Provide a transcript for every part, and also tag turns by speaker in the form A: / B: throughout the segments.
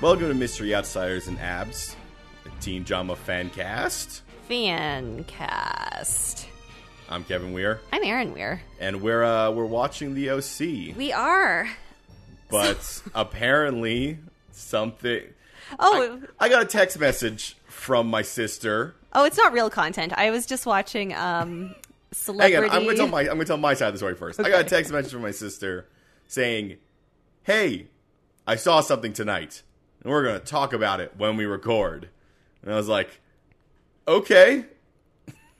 A: Welcome to Mystery Outsiders and Abs, a teen drama fan cast.
B: Fancast.
A: I'm Kevin Weir,
B: I'm Erin Weir.
A: and we're uh, we're watching the OC,
B: We are.
A: but apparently something.
B: Oh,
A: I got a text message from my sister.
B: oh, it's not real content. I was just watching um
A: Hang on,
B: celebrity.
A: I'm gonna tell my I'm gonna tell my side of the story first. I got a text message from my sister saying, "Hey, I saw something tonight, and we're gonna talk about it when we record." And I was like, "Okay."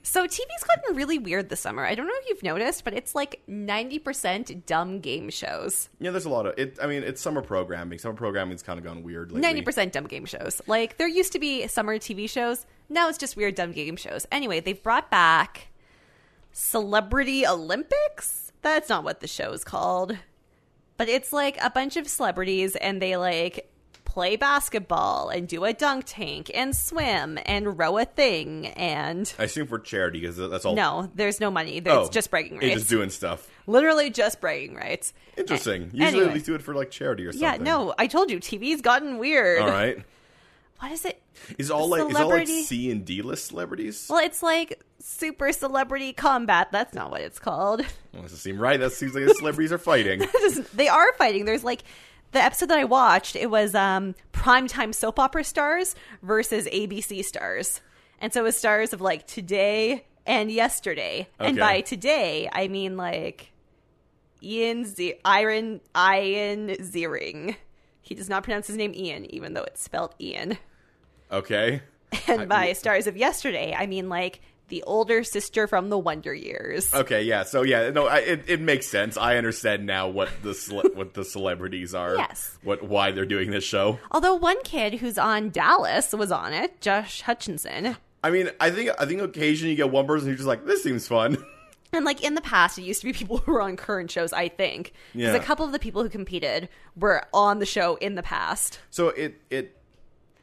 B: so TV's gotten really weird this summer. I don't know if you've noticed, but it's like 90% dumb game shows.
A: Yeah, there's a lot of it. I mean, it's summer programming. Summer programming's kind of gone weird lately.
B: 90% dumb game shows. Like there used to be summer TV shows. Now it's just weird dumb game shows. Anyway, they've brought back Celebrity Olympics. That's not what the show is called. But it's like a bunch of celebrities and they like play basketball and do a dunk tank and swim and row a thing and
A: I assume for charity because that's all.
B: no, there's no money. There's
A: Oh.
B: it's just bragging
A: It's
B: rights.
A: just doing stuff.
B: Literally just bragging rights.
A: Interesting. Usually
B: Eh, anyway.
A: they do it for like charity or something.
B: Yeah, no, I told you TV's gotten weird.
A: All right.
B: What is it?
A: Is it all like is it all like
B: Celebrity-
A: C and D list celebrities?
B: Well, it's like super celebrity combat. That's not what it's called.
A: Well, doesn't seem right. That seems like the celebrities are fighting.
B: they are fighting. There's like the episode that I watched, it was um primetime soap opera stars versus ABC stars. And so it was stars of like today and yesterday.
A: Okay.
B: And by today, I mean like Ian Z- Iron Ian Ziering. He does not pronounce his name Ian, even though it's spelled Ian.
A: Okay.
B: And by stars of yesterday, I mean like the older sister from the Wonder Years.
A: Okay. Yeah. So yeah. No. I, it it makes sense. I understand now what the cele- what the celebrities are.
B: Yes.
A: What why they're doing this show.
B: Although one kid who's on Dallas was on it, Josh Hutchinson.
A: I mean, I think I think occasionally you get one person who's just like, this seems fun.
B: And like in the past, it used to be people who were on current shows, I think. Because
A: Yeah.
B: a couple of the people who competed were on the show in the past.
A: So it it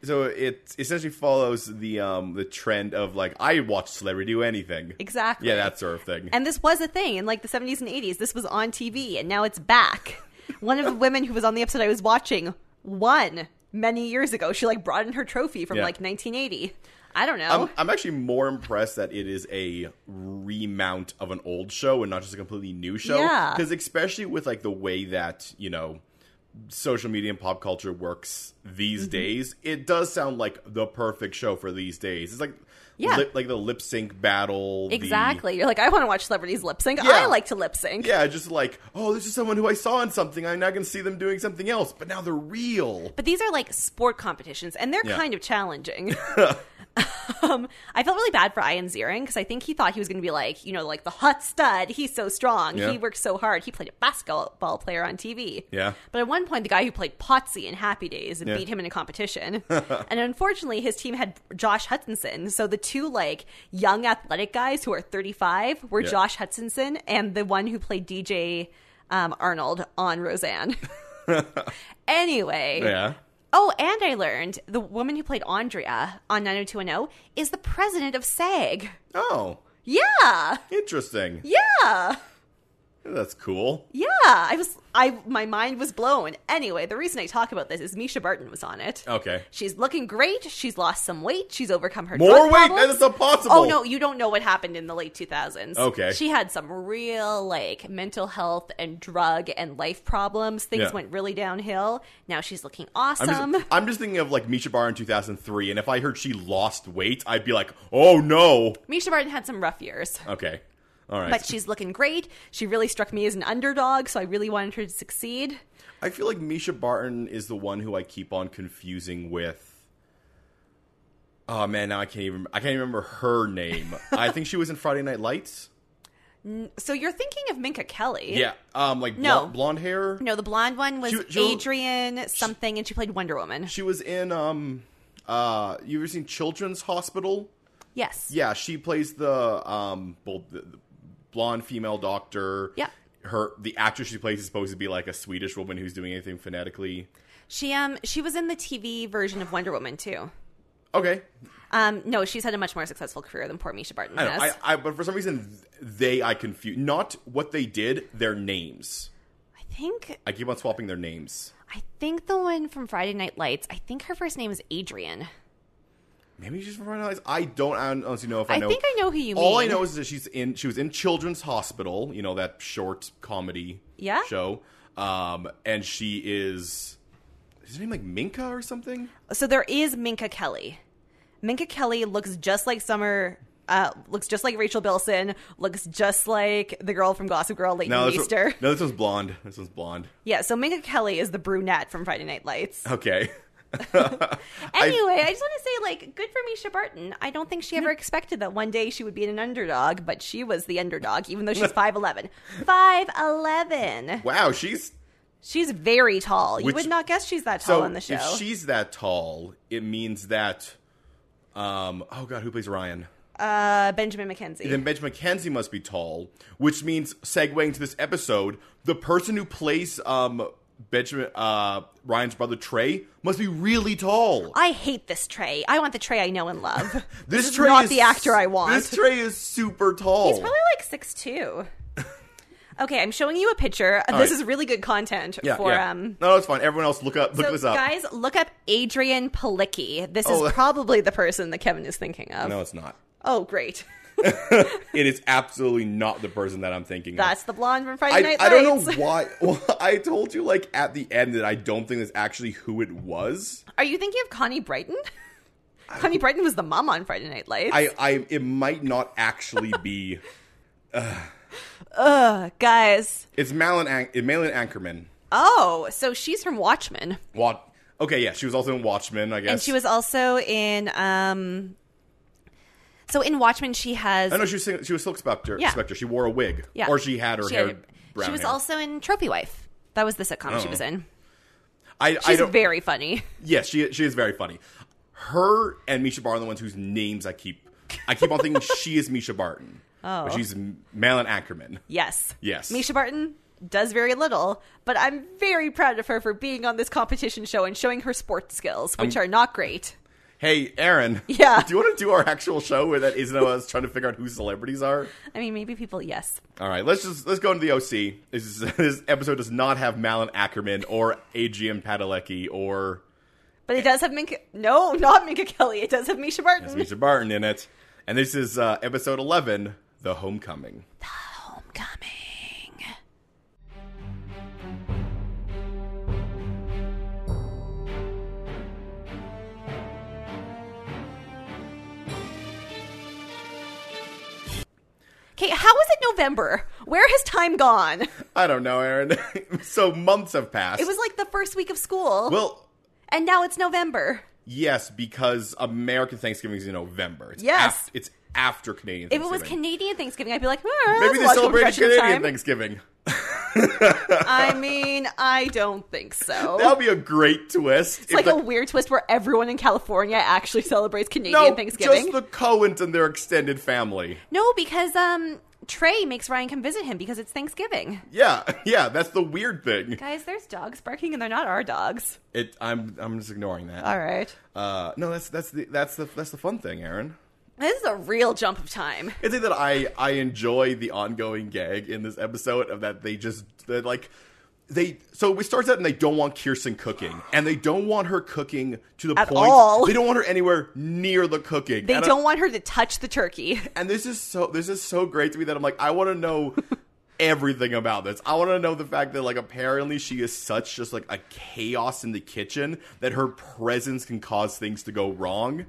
A: so it essentially follows the um the trend of like I watch celebrity do anything.
B: Exactly.
A: Yeah, that sort of thing.
B: And this was a thing in like the 70s and 80s. This was on TV and now it's back. One of the women who was on the episode I was watching won many years ago. She like brought in her trophy from
A: Yeah.
B: like 1980. I don't know.
A: I'm, I'm actually more impressed that it is a remount of an old show and not just a completely new show.
B: Yeah.
A: Because especially with like the way that you know social media and pop culture works
B: Mm-hmm.
A: these days, it does sound like the perfect show for these days. It's like
B: Yeah.
A: lip- like the lip sync battle. the-
B: exactly. You're like, I want to watch celebrities lip sync. I
A: Yeah.
B: like to lip sync.
A: yeah, just like oh, this is someone who I saw in something. I now can see them doing something else, but now they're real.
B: But these are like sport competitions, and they're
A: Yeah.
B: kind of challenging. um, I felt really bad for Ian Ziering because I think he thought he was going to be like, you know, like the hot stud. He's so strong.
A: Yeah.
B: He works so hard. He played a basketball player on TV.
A: Yeah.
B: But at one point, the guy who played Potsy in Happy Days
A: Yeah.
B: beat him in a competition. and unfortunately, his team had Josh Hutchinson. So the two like young athletic guys who are 35 were
A: Yeah.
B: Josh Hutchinson and the one who played DJ um, Arnold on Roseanne. anyway.
A: Yeah.
B: Oh, and I learned the woman who played Andrea on 90210 is the president of SAG.
A: Oh,
B: Yeah.
A: interesting.
B: Yeah.
A: That's cool.
B: Yeah. I was I my mind was blown. Anyway, the reason I talk about this is Misha Barton was on it.
A: Okay.
B: She's looking great. She's lost some weight. She's overcome her
A: More
B: drug
A: weight? That
B: problems.
A: is impossible.
B: Oh no, you don't know what happened in the late 2000s.
A: Okay.
B: She had some real like mental health and drug and life problems. Things
A: Yeah.
B: went really downhill. Now she's looking
A: I'm
B: awesome.
A: just, I'm just thinking of like Misha Barr in 2003, and if I heard she lost weight, I'd be like, oh no.
B: Misha Barton had some rough years.
A: Okay. All right.
B: but she's looking great. She really struck me as an underdog, so I really wanted her to succeed.
A: I feel like Misha Barton is the one who I keep on confusing with. Oh man, now I can't even I can't even remember her name. I think she was in Friday Night Lights.
B: So you're thinking of Minka Kelly.
A: Yeah, um, like bl-
B: No.
A: blonde hair.
B: No, the blonde one was
A: She- she-
B: Adrian something, and she played Wonder Woman.
A: She was in um, uh, you ever seen Children's Hospital?
B: yes.
A: Yeah, she plays the um well, the, the blonde female doctor.
B: Yeah.
A: Her the actress she plays is supposed to be like a Swedish woman who's doing anything phonetically.
B: She um she was in the TV version of Wonder Woman too.
A: Okay.
B: Um no, she's had a much more successful career than poor Misha Barton
A: I,
B: has.
A: don't know, I, I but for some reason they I confuse not what they did, their names.
B: I think
A: I keep on swapping their names.
B: I think the one from Friday Night Lights. I think her first name is Adrian.
A: Maybe she's from Friday Night Lights. I don't I honestly know if I,
B: I
A: know.
B: think I know who you
A: All I
B: mean.
A: know is that she's in. She was in Children's Hospital. You know that short comedy
B: Yeah.
A: show. Um, and she is. Is her name like Minka or something?
B: So there is Minka Kelly. Minka Kelly looks just like Summer. Uh, looks just like Rachel Bilson. Looks just like the girl from Gossip Girl, Leighton
A: No, this one-
B: Meester.
A: no, this one's blonde. This one's blonde.
B: Yeah, so Minka Kelly is the brunette from Friday Night Lights.
A: Okay.
B: Anyway, I, just want to say, like, good for Misha Barton. I don't think she ever expected that one day she would be an underdog, but she was the underdog, even though she's 5'11. 5'11!
A: Wow, she's
B: She's very tall. you
A: Which-
B: would not guess she's that tall
A: so.
B: on the show.
A: If she's that tall, it means that. Um. Oh God, who plays Ryan?
B: uh, Benjamin McKenzie.
A: Then Benj McKenzie must be tall, which means segueing to this episode, the person who plays um Benjamin uh Ryan's brother Trey must be really tall.
B: I hate this Trey. I want the Trey I know and love.
A: This,
B: is not the actor I want.
A: This Trey is super tall.
B: He's probably like six two. okay, I'm showing you a picture. this
A: right.
B: is really good content
A: yeah,
B: for
A: yeah.
B: um.
A: No, it's fine. Everyone else, look up, look
B: So
A: this up.
B: guys, look up Adrian Palicki. This
A: Oh.
B: is probably the person that Kevin is thinking of.
A: no, it's not.
B: Oh, great.
A: It is absolutely not the person that I'm thinking. of.
B: That's the blonde from Friday
A: I,
B: Night
A: I
B: Lights.
A: don't know why. Well, I told you like at the end that I don't think that's actually who it was.
B: Are you thinking of Connie Brighton? Connie Brighton was the mom on Friday Night Lights.
A: I, I, it might not actually be.
B: Ugh, guys.
A: It's Malin, An- it's Malin Ankerman.
B: Oh, so she's from Watchmen.
A: Wat- okay, yeah, she was also in Watchmen, I guess.
B: And she was also in um so in Watchmen she has
A: I know she was sing- she was Silk Spectre.
B: Yeah.
A: Spectre. She wore a wig,
B: Yeah.
A: or she had her
B: she,
A: hair
B: had-
A: brown.
B: she was
A: hair.
B: also in Trophy Wife. That was the sitcom she was in.
A: I, I
B: She's
A: don't.
B: very funny.
A: yes, she she is very funny. Her and Misha Barton are the ones whose names I keep. I keep on thinking she is Misha Barton. Oh, but she's M- Malin Ackerman.
B: Yes.
A: Yes.
B: Misha Barton does very little, but I'm very proud of her for being on this competition show and showing her sports skills, which are not great.
A: Hey, Aaron.
B: Yeah.
A: Do you want to do our actual show where that isn't us trying to figure out who celebrities are?
B: I mean, maybe people, yes.
A: All right, let's just let's go into the OC. This, is, this episode does not have Malin Ackerman or Adrian Padalecki or
B: But it does have Minka. No, not Minka Kelly. It does have Misha
A: It's
B: Barton.
A: Eh. Misha Barton in it. And this is uh, episode 11, The Homecoming.
B: Homecoming. Okay, how is it November? Where has time gone?
A: I don't know, Aaron. so months have passed.
B: It was like the first week of school,
A: well,
B: and now it's November.
A: yes, because American Thanksgiving is in November. It's
B: Yes.
A: af- it's after Canadian
B: If it was
A: Thanksgiving.
B: Canadian Thanksgiving, I'd be like, "Ah, that's
A: Maybe
B: a
A: they
B: logical
A: celebrated
B: progression of
A: Canadian
B: time."
A: Thanksgiving.
B: I mean, I don't think so.
A: That would be a great twist.
B: It's like a weird twist where everyone in California actually celebrates Canadian
A: no,
B: Thanksgiving.
A: just the Coens and their extended family.
B: no, because um Trey makes Ryan come visit him because it's Thanksgiving.
A: Yeah, yeah, that's the weird thing.
B: Guys, there's dogs barking and they're not our dogs.
A: It, I'm, I'm just ignoring that.
B: All right.
A: Uh, no, that's that's the that's the that's the fun thing, Aaron.
B: This is a real jump of time.
A: It's like that I I enjoy the ongoing gag in this episode of that they just they like they so it starts out and they don't want Kirsten cooking and they don't want her cooking to the
B: At
A: point
B: all.
A: they don't want her anywhere near the cooking.
B: They
A: and I-
B: don't want her to touch the turkey.
A: and this is so this is so great to me that I'm like I want to know everything about this. I want to know the fact that like apparently she is such just like a chaos in the kitchen that her presence can cause things to go wrong.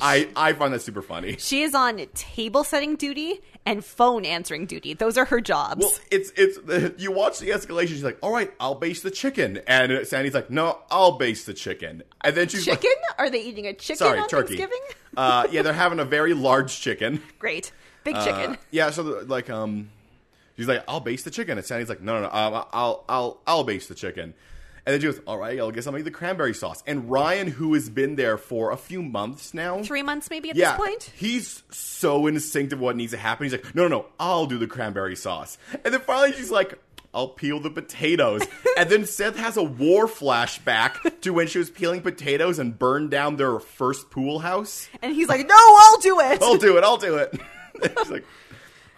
A: I I find that super funny.
B: She is on table setting duty and phone answering duty. Those are her jobs.
A: Well, it's it's you watch the escalation. She's like, "All right, I'll baste the chicken," and Sandy's like, "No, I'll baste the chicken." And then she's like,
B: chicken? Are they eating a chicken
A: "Sorry,
B: on
A: turkey."
B: Thanksgiving?
A: uh, yeah, they're having a very large chicken.
B: Great. Big
A: Uh,
B: chicken.
A: yeah, so the, like um, she's like, "I'll baste the chicken," and Sandy's like, "No, no, no, I'll I'll I'll, I'll baste the chicken." And then she goes, "All right, I'll guess I'll make the cranberry sauce." And Ryan, who has been there for a few months now,
B: Three months maybe at
A: yeah,
B: this point?
A: he's so instinctive what needs to happen. He's like, no, no, no, I'll do the cranberry sauce. And then finally she's like, I'll peel the potatoes. and then Seth has a war flashback to when she was peeling potatoes and burned down their first pool house.
B: And he's like, No, I'll do it.
A: I'll do it, I'll do it. And she's like,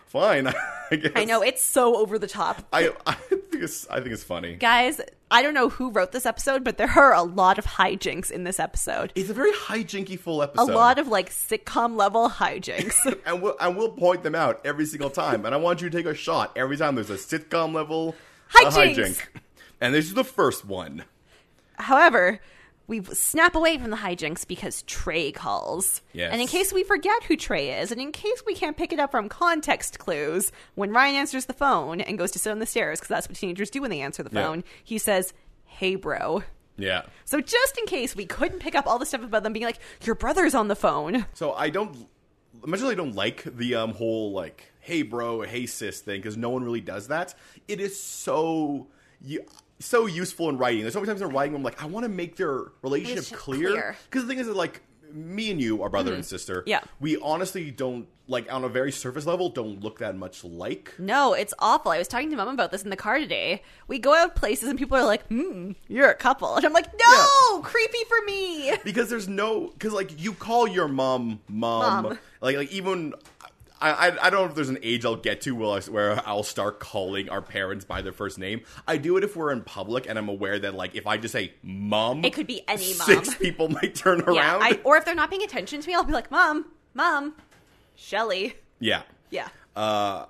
A: fine, I guess.
B: I know, it's so over the top.
A: I, I think think it's I think it's funny.
B: Guys, I don't know who wrote this episode, but there are a lot of hijinks in this episode.
A: It's a very hijinky full
B: A
A: episode.
B: lot of like sitcom level hijinks.
A: and we'll, and we'll point them out every single time. And I want you to take a shot every time there's a sitcom level uh,
B: Hijinks.
A: hijink. And this is the first one.
B: However, we snap away from the hijinks because Trey calls.
A: Yes.
B: And in case we forget who Trey is, and in case we can't pick it up from context clues, when Ryan answers the phone and goes to sit on the stairs, because that's what teenagers do when they answer the
A: Yeah.
B: phone, he says, Hey, bro.
A: Yeah.
B: So just in case we couldn't pick up all the stuff about them being like, Your brother's on the phone.
A: So I don't, much as I don't like the um, whole like, hey bro, hey sis thing, because no one really does that. It is so you. So useful in writing. There's so many times in writing where I'm like, I want to make their relationship
B: Relationship
A: clear.
B: clear. Mm-hmm.
A: Because the thing is, that, like, me and you are brother and sister.
B: Yeah.
A: We honestly don't, like, on a very surface level, don't look that much like.
B: No, it's awful. I was talking to mom about this in the car today. We go out places and people are like, Hmm, you're a couple. And I'm like, No, creepy for me.
A: because there's no because like you call your mom mom,
B: Mom.
A: like like even I, I I don't know if there's an age I'll get to where I, where I'll start calling our parents by their first name. I do it if we're in public and I'm aware that like if I just say mom,
B: It could be any mom.
A: Six people might turn around.
B: Yeah, I, or if they're not paying attention to me, I'll be like, "Mom, mom, Shelly."
A: yeah.
B: Yeah,
A: Uh,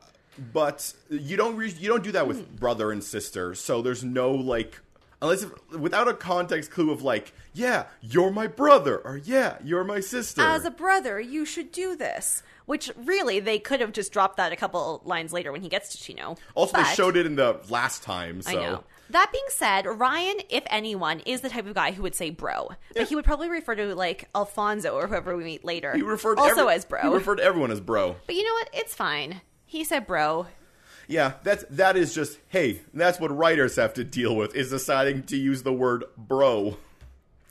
A: but you don't re- you don't do that
B: Hmm.
A: with brother and sister. So there's no like unless if, without a context clue of like yeah you're my brother or yeah you're my sister.
B: as a brother, you should do this. Which really, they could have just dropped that a couple lines later when he gets to Chino.
A: also,
B: But-
A: they showed it in the last time. So.
B: I know. That being said, Ryan, if anyone, is the type of guy who would say "bro,"
A: Yeah.
B: but he would probably refer to like Alfonso or whoever we meet later.
A: He referred to
B: also
A: every-
B: as
A: He
B: "bro,"
A: referred to everyone as bro.
B: but you know what? It's fine. He said "bro."
A: Yeah, that's that is just hey, that's what writers have to deal with is deciding to use the word bro.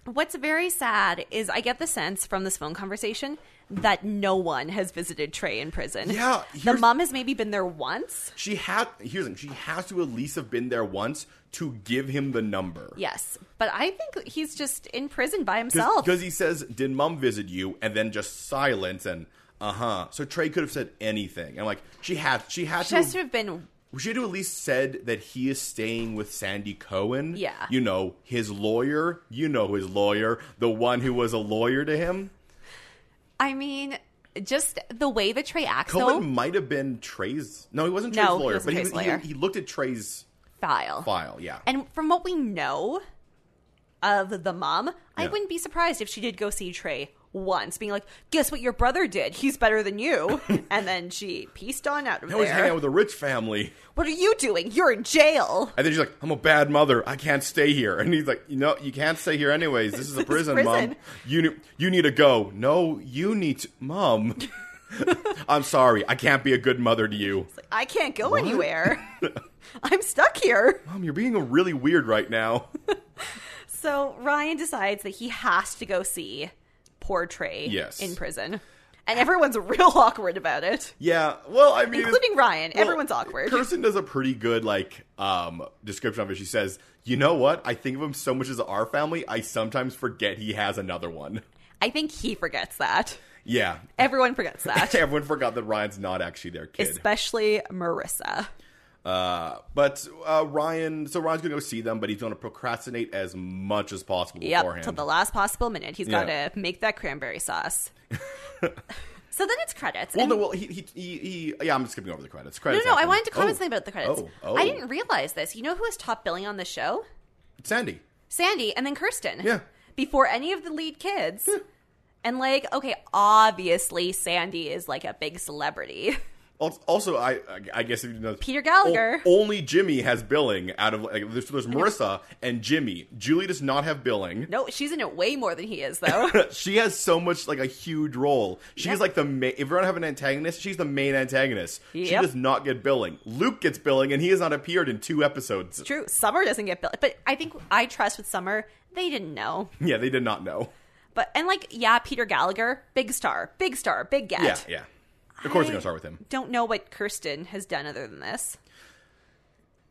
B: What's very sad is I get the sense from this phone conversation that no one has visited Trey in prison.
A: Yeah,
B: The
A: here's-
B: mom has maybe been there once.
A: She had here's the thing, she has to at least have been there once to give him the number.
B: Yes. But I think he's just in prison by himself.
A: Because he says, "Did mom visit you?" and then just silence and uh huh. So Trey could have said anything. I'm like, she had she had
B: She
A: to
B: has
A: have-
B: to have been.
A: We should have at least said that he is staying with Sandy Cohen.
B: Yeah.
A: You know, his lawyer. You know his lawyer. The one who was a lawyer to him.
B: I mean, just the way that Trey acts,
A: Cohen
B: though,
A: might have been Trey's. No, he wasn't Trey's
B: No, he
A: lawyer,
B: wasn't
A: but he,
B: Trey's
A: was- he-
B: lawyer.
A: he looked at Trey's
B: file.
A: file. Yeah.
B: And from what we know of the mom, I
A: Yeah.
B: wouldn't be surprised if she did go see Trey once, being like, guess what your brother did? He's better than you. and then she pieced on out of
A: I always hang out
B: there.
A: with a rich family,
B: What are you doing? You're in jail.
A: and then she's like, "I'm a bad mother. I can't stay here." And he's like, "You know, you can't stay here anyways. This is a prison, mom.
B: prison.
A: You ne- you need to go. No, you need to, mom. I'm sorry. I can't be a good mother to you,
B: I can't go anywhere. I'm stuck here.
A: mom. You're being really weird right now."
B: So Ryan decides that he has to go see poor Trey
A: Yes.
B: in prison. And everyone's real awkward about it.
A: Yeah, well, I mean,
B: Including Ryan.
A: well,
B: Everyone's awkward.
A: Kirsten does a pretty good like um description of it. She says, "You know what? I think of him so much as our family, I sometimes forget he has another one."
B: I think he forgets that.
A: Yeah,
B: Everyone forgets that.
A: everyone forgot that Ryan's not actually their kid.
B: Especially Marissa.
A: Uh, but uh, Ryan, so Ryan's gonna go see them, but he's gonna procrastinate as much as possible
B: Yep,
A: beforehand.
B: till the last possible minute. He's
A: Yeah.
B: got to make that cranberry sauce. so then it's credits.
A: well,
B: and-
A: no, well, he, he, he, he, yeah, I'm skipping over the credits.
B: no,
A: Credits.
B: no, I
A: happen.
B: wanted to comment
A: Oh.
B: something about the credits.
A: Oh, oh.
B: I didn't realize this. You know who was top billing on the show?
A: Sandy.
B: Sandy and then Kirsten.
A: Yeah.
B: Before any of the lead kids. And like, okay, obviously Sandy is like a big celebrity.
A: Al- Also, I I- I guess if you know
B: Peter Gallagher.
A: o- only Jimmy has billing out of like there's, there's Marissa and Jimmy. Julie does not have billing.
B: No, she's in it way more than he is though.
A: She has so much like a huge role. She's
B: Yep.
A: like the main. If we're gonna have an antagonist, she's the main antagonist. She
B: Yep.
A: does not get billing. Luke gets billing, and he has not appeared in two episodes.
B: True. Summer doesn't get billed, but I think I trust with Summer, they didn't know.
A: Yeah, they did not know.
B: But and like, yeah, Peter Gallagher, big star, big star, big get.
A: Yeah, yeah. Of course,
B: I
A: we're gonna start with him.
B: Don't know what Kirsten has done other than this.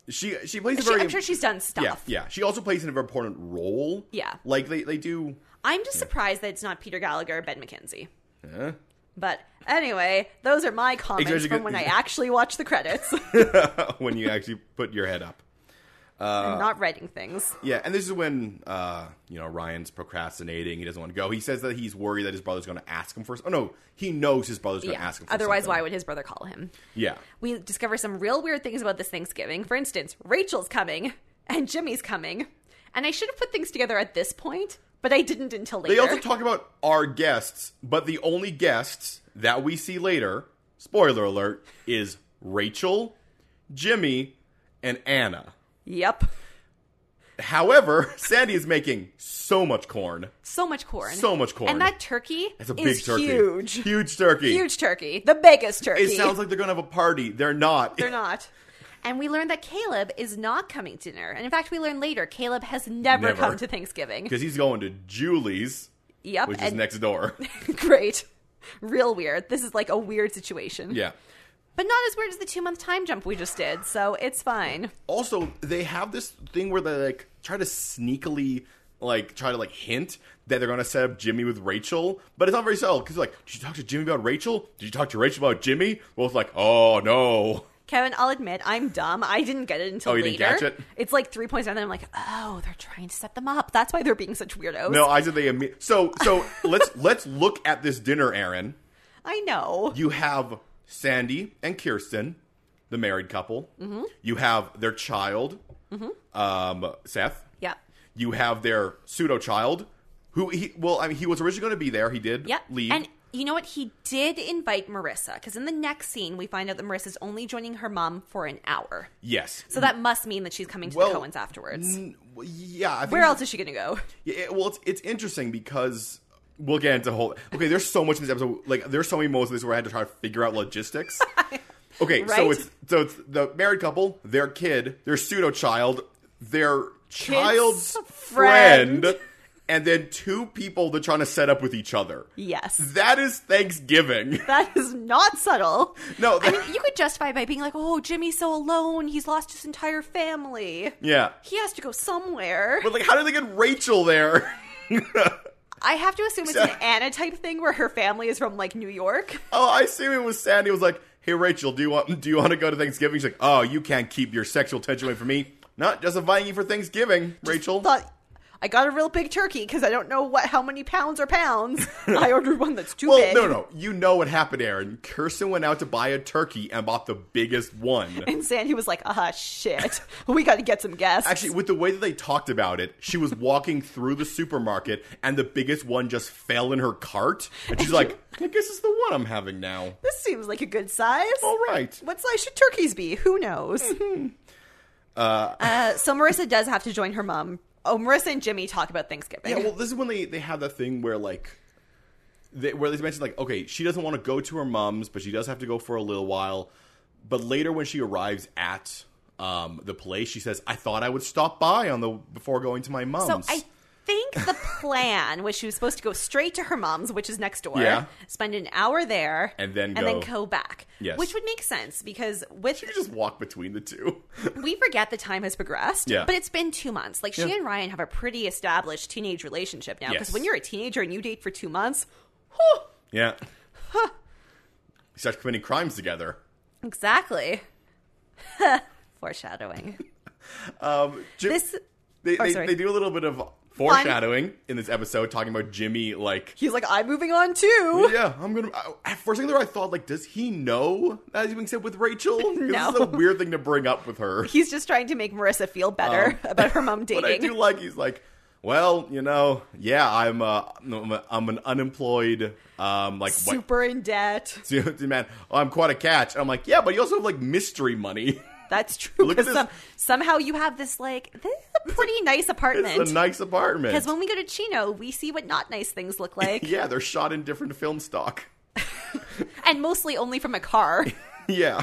A: She she plays a
B: She,
A: very
B: I'm sure she's done stuff.
A: yeah yeah. She also plays an important role.
B: Yeah.
A: like they they do.
B: I'm just surprised that it's not Peter Gallagher or Ben McKenzie. But anyway, those are my comments
A: Exactly.
B: from when I actually watched the credits.
A: when you actually put your head up. Uh,
B: I'm not writing things.
A: Yeah, and this is when uh, you know Ryan's procrastinating. He doesn't want to go. He says that he's worried that his brother's going to ask him for. Oh no, he knows his brother's going to
B: Yeah.
A: ask him. for
B: Otherwise,
A: something.
B: why would his brother call him?
A: Yeah,
B: We discover some real weird things about this Thanksgiving. For instance, Rachel's coming and Jimmy's coming. And I should have put things together at this point, but I didn't until later.
A: they also talk about our guests, but the only guests that we see later, spoiler alert, is Rachel, Jimmy, and Anna.
B: yep.
A: However, Sandy is making so much corn,
B: So much corn.
A: so much corn.
B: And that turkey
A: That's a big
B: is
A: turkey,
B: huge.
A: huge turkey.
B: Huge turkey. The biggest turkey.
A: It sounds like they're going to have a party. They're not.
B: They're not. And we learned that Caleb is not coming to dinner. And in fact, we learned later Caleb has never,
A: Never.
B: come to Thanksgiving.
A: because he's going to Julie's,
B: Yep.
A: which is
B: and-
A: next door.
B: Great. Real weird. This is like a weird situation.
A: yeah.
B: But not as weird as the two month time jump we just did, so it's fine.
A: Also, they have this thing where they like try to sneakily like try to like hint that they're going to set up Jimmy with Rachel, but it's not very subtle because like, did you talk to Jimmy about Rachel? Did you talk to Rachel about Jimmy? Well, it's like, oh no.
B: Kevin, I'll admit, I'm dumb. I didn't get it until
A: Oh, you didn't
B: later.
A: catch it?
B: It's like three points down, and I'm like, oh, they're trying to set them up. That's why they're being such weirdos.
A: No, I said they. Imme- so so let's let's look at this dinner, Aaron.
B: I know.
A: You have Sandy and Kirsten, the married couple. Mm-hmm. You have their child, um, Seth.
B: Yeah.
A: You have their pseudo child, who he well, I mean, he was originally going to be there. He did
B: Yep.
A: leave.
B: And you know what? He did invite Marissa, because in the next scene, we find out that Marissa's only joining her mom for an hour.
A: yes.
B: So that must mean that she's coming to
A: Well,
B: the Cohens afterwards.
A: N- well, yeah. I think
B: Where else is she going to go?
A: Yeah, it- well, it's it's interesting because we'll get into whole. Okay, there's so much in this episode. Like, there's so many moments in this where I had to try to figure out logistics. Okay, so
B: Right?
A: it's so it's the married couple, their kid, their pseudo child, their child's friend,
B: friend.
A: and then two people they're trying to set up with each other.
B: Yes.
A: That is Thanksgiving.
B: That is not subtle.
A: No,
B: I
A: that,
B: mean, you could justify it by being like, "Oh, Jimmy's so alone. He's lost his entire family.
A: yeah.
B: He has to go somewhere."
A: But like, how did they get Rachel there?
B: I have to assume it's an Anna type thing where her family is from like New York.
A: Oh, I assume it was Sandy was like, "Hey Rachel, do you want do you want to go to Thanksgiving?" She's like, "Oh, you can't keep your sexual tension away from me. Not just inviting you for Thanksgiving, Rachel."
B: Thought I got a real big turkey because I don't know what how many pounds are pounds. I ordered one that's too
A: well,
B: big.
A: no, no, you know what happened, Aaron. Kirsten went out to buy a turkey and bought the biggest one.
B: And Sandy was like, "Ah, shit. We got to get some guests."
A: Actually, with the way that they talked about it, she was walking through the supermarket and the biggest one just fell in her cart, and she's like, "I guess it's the one I'm having now."
B: this seems like a good size.
A: All right.
B: What size should turkeys be? Who knows? Hmm. Uh, so Marissa does have to join her mom. Oh, Marissa and Jimmy talk about Thanksgiving.
A: Yeah, well, this is when they they have that thing where like. They, where they mentioned like okay she doesn't want to go to her mom's but she does have to go for a little while but later when she arrives at um, the place she says i thought i would stop by on the before going to my
B: so
A: mom's
B: I think the plan was she was supposed to go straight to her mom's, which is next door.
A: Yeah.
B: Spend an hour there,
A: And then
B: and then
A: go-
B: go back.
A: Yes.
B: which would make sense because with
A: you just walk between the two
B: we forget the time has progressed.
A: Yeah.
B: but it's been two months. Like she
A: Yeah.
B: and Ryan have a pretty established teenage relationship now. Because
A: Yes.
B: when you're a teenager and you date for two months, whew,
A: yeah they start committing crimes together
B: exactly. Foreshadowing.
A: um, Jim,
B: This
A: they,
B: oh,
A: they,
B: sorry.
A: they do a little bit of foreshadowing in this episode talking about jimmy like
B: he's like, I'm moving on too.
A: Yeah, I'm gonna. I, for a second there, I thought like, does he know that he's being said with Rachel? 'Cause
B: No.
A: this is a weird thing to bring up with her.
B: He's just trying to make Marissa feel better about her mom
A: But Um, I
B: dating.
A: do like he's like, well, you know, yeah, I'm uh, I'm, a, I'm an unemployed um like white
B: Super in debt.
A: man. Oh, I'm quite a catch. And I'm like, yeah, but you also have like mystery money.
B: That's true.
A: Look at
B: 'cause
A: this.
B: some, somehow you have this like this is a pretty nice
A: it's a
B: apartment.
A: nice apartment.
B: Because when we go to Chino, we see what not nice things look like,
A: yeah, they're shot in different film stock.
B: and mostly only from a car.
A: yeah.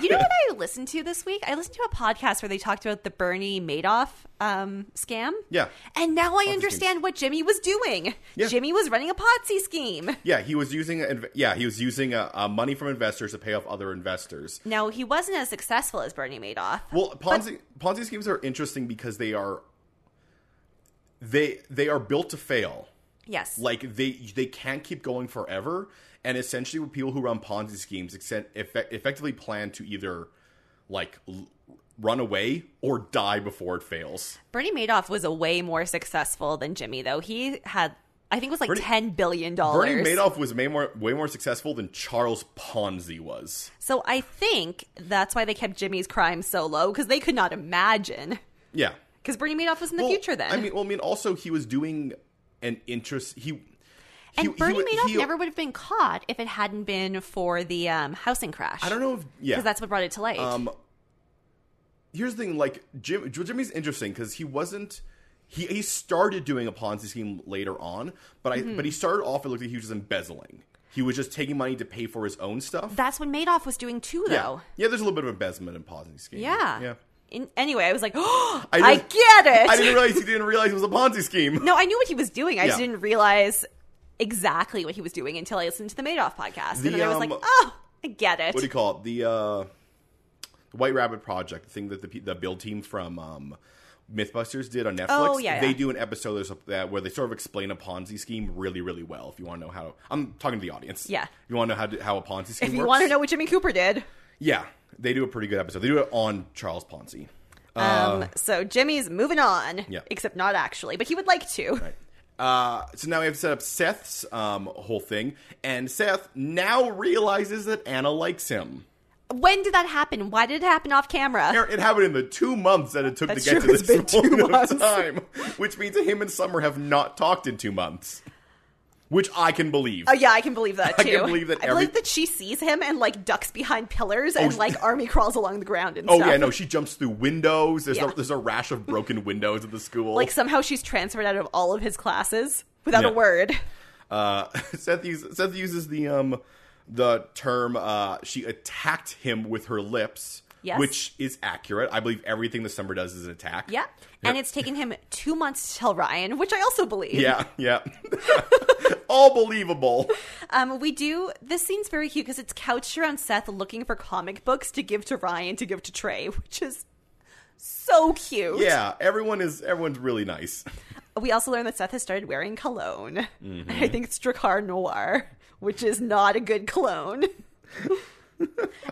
B: You know what I listened to this week? I listened to a podcast where they talked about the Bernie Madoff um, scam.
A: Yeah.
B: and now I
A: schemes.
B: understand what Jimmy was doing.
A: Yeah.
B: Jimmy was running a Potsy scheme.
A: Yeah, he was using inv- yeah he was using uh, uh, money from investors to pay off other investors.
B: Now he wasn't as successful as Bernie Madoff.
A: Well, Ponzi Ponzi schemes are interesting because they are they they are built to fail.
B: yes,
A: Like they they can't keep going forever, and essentially, with people who run Ponzi schemes, extent, effect, effectively plan to either like l- run away or die before it fails.
B: Bernie Madoff was a way more successful than Jimmy, though. He had, I think, it was like
A: Bernie-
B: ten billion dollars.
A: Bernie Madoff was way more, way more successful than Charles Ponzi was.
B: So I think that's why they kept Jimmy's crime so low because they could not imagine.
A: Yeah.
B: Because Bernie Madoff was in the
A: Well,
B: future then,
A: I mean, well, I mean, also he was doing an interest. He, he
B: and
A: he-
B: Bernie
A: he-
B: Madoff
A: he-
B: never would have been caught if it hadn't been for the um, housing crash.
A: I don't know if yeah.
B: because that's what brought it to light.
A: Um, here's the thing: like Jim, Jimmy's interesting because he wasn't. He he started doing a Ponzi scheme later on, but I
B: Hmm.
A: but he started off. It looked like he was just embezzling. He was just taking money to pay for his own stuff.
B: that's what Madoff was doing too,
A: yeah,
B: though.
A: yeah. There's a little bit of embezzlement in Ponzi scheme.
B: Yeah.
A: yeah.
B: In, anyway, I was like, oh, I,
A: didn't-
B: get it.
A: I didn't realize he didn't realize it was a Ponzi scheme.
B: no, I knew what he was doing. I just
A: Yeah.
B: didn't realize exactly what he was doing until I listened to the Madoff podcast.
A: The,
B: and then I was
A: um,
B: like, oh, I get it.
A: What do you call it? The uh, the White Rabbit Project, the thing that the pe- the build team from um, MythBusters did on Netflix.
B: Oh, yeah,
A: they
B: yeah.
A: do an episode there's a- that where they sort of explain a Ponzi scheme really, really well. If you want to know how, I'm talking to the audience.
B: Yeah.
A: If you want to know how to, how a Ponzi scheme
B: if
A: works,
B: you want to know what Jimmy Cooper did.
A: yeah, they do a pretty good episode. They do it on Charles Ponzi.
B: um, so Jimmy's moving on.
A: Uh, Yeah.
B: Except not actually, but he would like to.
A: Right. Uh, so now we have to set up Seth's um, whole thing, and Seth now realizes that Anna likes him.
B: When did that happen? Why did it happen off camera?
A: Aaron, It happened in the two months that it took
B: That's
A: to get
B: true,
A: to
B: it's been
A: this
B: two
A: point
B: months.
A: of time, which means that him and Summer have not talked in two months, which I can believe.
B: Oh yeah, I can believe that
A: I
B: too.
A: can believe that
B: I
A: every-
B: believe that she sees him and like ducks behind pillars and
A: she-
B: like army crawls along the ground and
A: oh
B: stuff.
A: yeah, no, she jumps through windows. There's
B: Yeah.
A: a, there's a rash of broken windows at the school.
B: Like somehow she's transferred out of all of his classes without
A: Yeah.
B: a word.
A: uh, Seth uses Seth uses the um the term uh, she attacked him with her lips,
B: Yes.
A: which is accurate. I believe everything that Summer does is an attack.
B: Yeah. And it's taken him two months to tell Ryan, which I also believe.
A: yeah, yeah, all believable.
B: Um, we do. This scene's very cute because it's couched around Seth looking for comic books to give to Ryan to give to Trey, which is so cute.
A: Yeah, everyone is everyone's really nice.
B: We also learn that Seth has started wearing cologne.
A: Mm-hmm.
B: And I think it's Dracar Noir, which is not a good cologne.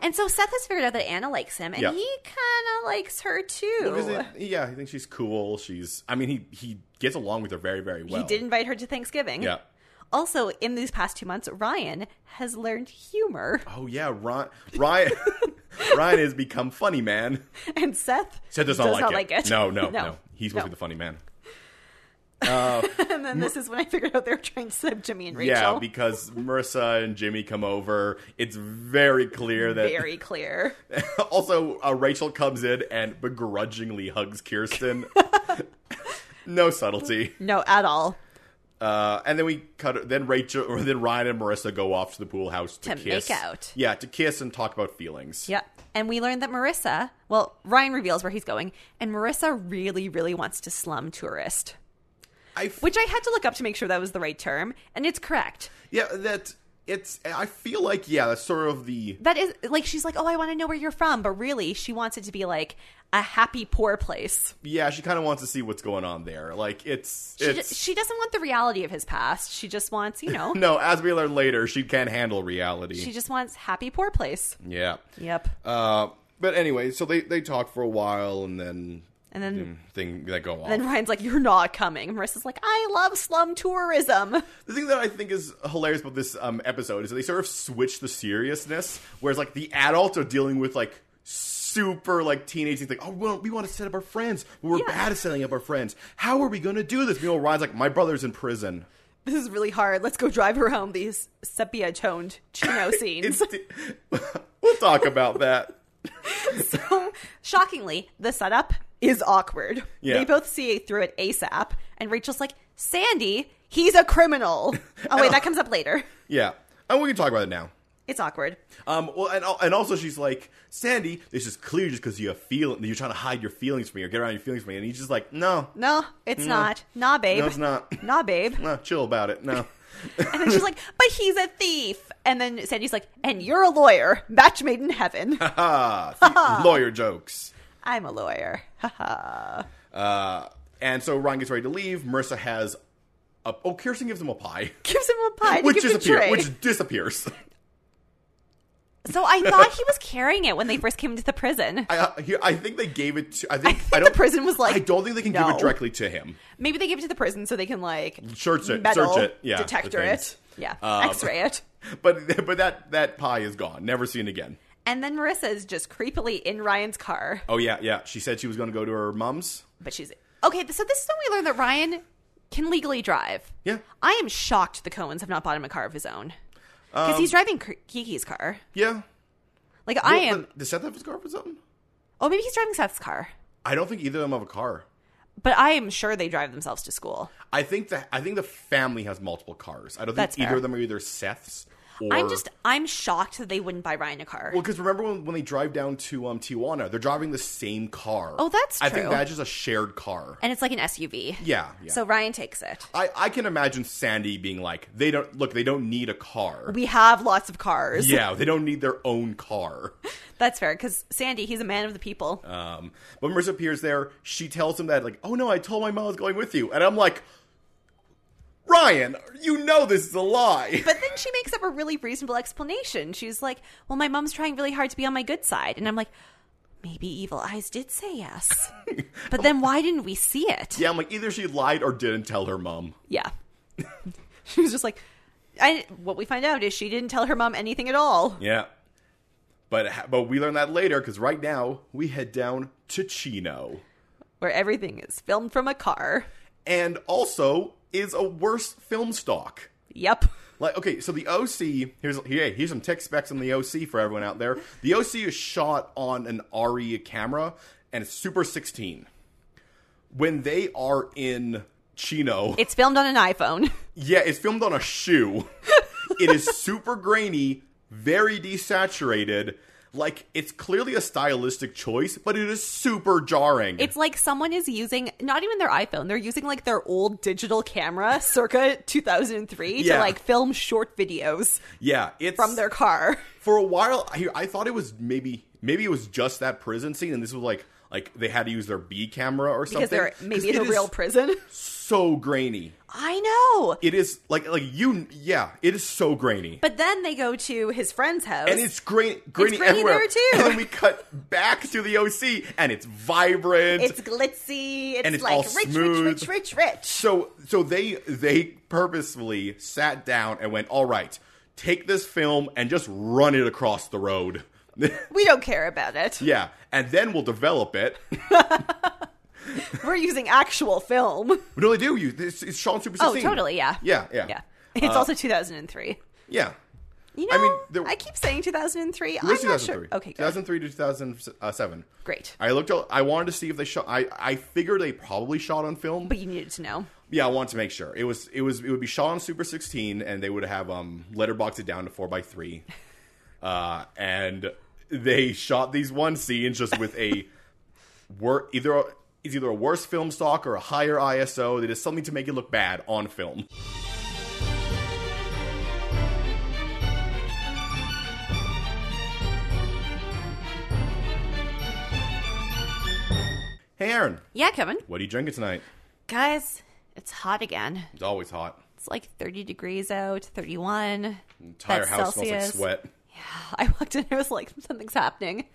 B: and so Seth has figured out that Anna likes him, and
A: Yeah.
B: he kind of likes her too.
A: Is it- yeah, I think she's cool. She's. I mean, he he gets along with her very very well.
B: he did invite her to Thanksgiving.
A: Yeah.
B: Also, in these past two months, Ryan has learned humor,
A: Oh yeah, Ron, Ryan. Ryan has become funny man.
B: and Seth
A: Seth does not, like, it. No, no, no, He's supposed to be
B: No.
A: the funny man.
B: And then this is when I figured out they were trying to sub Jimmy and Rachel.
A: Yeah, because Marissa and Jimmy come over. It's very clear that.
B: Very clear.
A: also, uh, Rachel comes in and begrudgingly hugs Kirsten. no subtlety.
B: No, at all.
A: Uh, and then we cut. Then Rachel, or then Ryan and Marissa go off to the pool house to,
B: To
A: kiss.
B: make out.
A: Yeah, to kiss and talk about feelings.
B: Yep. And we learned that Marissa, well, Ryan reveals where he's going, and Marissa really, really wants to slum tourist,
A: I f-
B: which I had to look up to make sure that was the right term, and it's correct.
A: yeah, that it's. I feel like yeah, that's sort of the
B: That is like she's like, oh, I want to know where you're from, but really, she wants it to be like a happy poor place.
A: yeah. She kind of wants to see what's going on there. Like it's
B: She,
A: it's
B: ju- she doesn't want the reality of his past. She just wants, you know,
A: no. As we learn later, she can't handle reality.
B: she just wants happy poor place.
A: yeah.
B: Yep.
A: Uh, but anyway, so they they talk for a while and then
B: And then
A: thing that go on.
B: And Ryan's like, "You're not coming." Marissa's like, "I love slum tourism."
A: The thing that I think is hilarious about this um, episode is that they sort of switch the seriousness, whereas like the adults are dealing with like super like teenage things, like oh well, we want to set up our friends, but we're
B: Yeah.
A: bad at setting up our friends. How are we going to do this? Meanwhile, Ryan's like, my brother's in prison.
B: This is really hard. Let's go drive her home. These sepia toned chino scenes.
A: It's we'll talk about that.
B: so, shockingly, the setup is awkward.
A: Yeah.
B: They both see through it ASAP, and Rachel's like, "Sandy, he's a criminal." Oh wait, that comes up later.
A: Yeah, and we can talk about it now.
B: It's awkward.
A: Um, well, and al- and also she's like, Sandy, this is clear just because you have feel you're trying to hide your feelings from me or get around your feelings from me, and he's just like, no,
B: No, it's not. Nah, babe.
A: no, it's not.
B: Nah, babe.
A: No, chill about it. No.
B: And then she's like, "But he's a thief." And then Sandy's like, "And you're a lawyer. Match made in heaven."
A: Ah, lawyer jokes.
B: I'm a lawyer.
A: Uh, and so Ryan gets ready to leave. Marissa has a oh, Kirsten gives him a pie,
B: gives him a pie to
A: which
B: give to
A: disappears,
B: Trey.
A: which disappears.
B: So I thought he was carrying it when they first came into the prison.
A: I, I- here, I think they gave it to. I
B: I
A: think
B: think
A: I, don't.
B: the prison was like,
A: I don't think they can give
B: no.
A: it directly to him.
B: Maybe they give it to the prison so they can like
A: Search it.
B: metal
A: search it. Yeah. the
B: detector
A: things.
B: it, yeah,
A: Um,
B: X-ray it.
A: But but that that pie is gone. Never seen again.
B: And then Marissa is just creepily in Ryan's car,
A: Oh yeah, yeah. She said she was going to go to her mom's.
B: but she's okay. So this is when we learn that Ryan can legally drive.
A: Yeah.
B: I am shocked the Cohens have not bought him a car of his own because
A: Um,
B: he's driving K- Kiki's car.
A: Yeah.
B: Like I
A: Well,
B: am.
A: but Does Seth have his car for something?
B: oh, maybe he's driving Seth's car,
A: I don't think either of them have a car.
B: but I am sure they drive themselves to school.
A: I think that I think the family has multiple cars. I don't think
B: That's
A: either
B: fair.
A: of them are either Seth's. Or,
B: I'm just I'm shocked that they wouldn't buy Ryan a car.
A: well because remember when, when they drive down to um Tijuana, they're driving the same car.
B: Oh, that's
A: I think
B: true.
A: that's just a shared car.
B: and it's like an SUV.
A: Yeah, yeah.
B: So Ryan takes it.
A: I, I can imagine Sandy being like, they don't look, they don't need a car.
B: We have lots of cars.
A: yeah, they don't need their own car.
B: That's fair because Sandy, he's a man of the people.
A: Um, but Marissa appears there. She tells him that, like, oh no, I told my mom I was going with you. And I'm like, Ryan, you know this is a lie.
B: But then she makes up a really reasonable explanation. She's like, "Well, my mom's trying really hard to be on my good side," and I'm like, "Maybe Evil Eyes did say yes, but then why didn't we see it?"
A: yeah, I'm like, either she lied or didn't tell her mom.
B: Yeah. she was just like, I, what we find out is she didn't tell her mom anything at all.
A: Yeah. But but we learn that later because right now we head down to Chino,
B: Where everything is filmed from a car.
A: and also is a worse film stock.
B: Yep.
A: Like okay, so the OC here's hey, here's some tech specs on the OC for everyone out there. The OC is shot on an RE camera and it's super 16. When they are in Chino,
B: It's filmed on an iPhone.
A: yeah, it's filmed on a shoe. it is super grainy, very desaturated. Like it's clearly a stylistic choice, but it is super jarring.
B: It's like someone is using not even their iPhone, they're using like their old digital camera circa 2003
A: Yeah.
B: to like film short videos
A: yeah, it's
B: from their car.
A: for a while I, I thought it was maybe maybe it was just that prison scene and this was like like they had to use their B camera or something
B: Because they're maybe in
A: it
B: a
A: is
B: real prison.
A: so grainy.
B: I know.
A: It is like like you yeah, it is so grainy.
B: But then they go to his friend's house.
A: and it's grainy, grainy
B: grainy
A: everywhere.
B: there, too.
A: And then we cut back to the OC and it's vibrant.
B: it's glitzy. It's,
A: And it's all
B: like rich,
A: smooth.
B: rich, rich, rich, rich.
A: so so they they purposefully sat down and went, "All right, take this film and just run it across the road."
B: We don't care about it.
A: yeah, and then we'll develop it.
B: We're using actual film.
A: No, they do. You, it's, it's Sean Super
B: Oh,
A: 16.
B: totally, yeah.
A: yeah, yeah,
B: Yeah. It's also 2003.
A: yeah.
B: You know,
A: I
B: I,
A: mean, there-
B: keep saying 2003. I'm
A: It was
B: not
A: 2003.
B: sure. Okay, good.
A: 2003 to 2007.
B: Great.
A: I looked. up- I wanted to see if they shot. I I figured they probably shot on film.
B: But you needed to know.
A: yeah, I wanted to make sure it was. It was. It would be shot on Super 16, and they would have um letterboxed it down to four by three, uh, and they shot these one scenes just with a wor either. A, it's either a worse film stock or a higher ISO. They did something to make it look bad on film. Hey, Aaron.
B: Yeah, Kevin.
A: What are you drinking tonight?
B: Guys, it's hot again.
A: It's always hot.
B: It's like 30 degrees out, 31.
A: Entire
B: That's
A: house smells
B: Celsius.
A: like sweat.
B: I walked in and I was like, something's happening.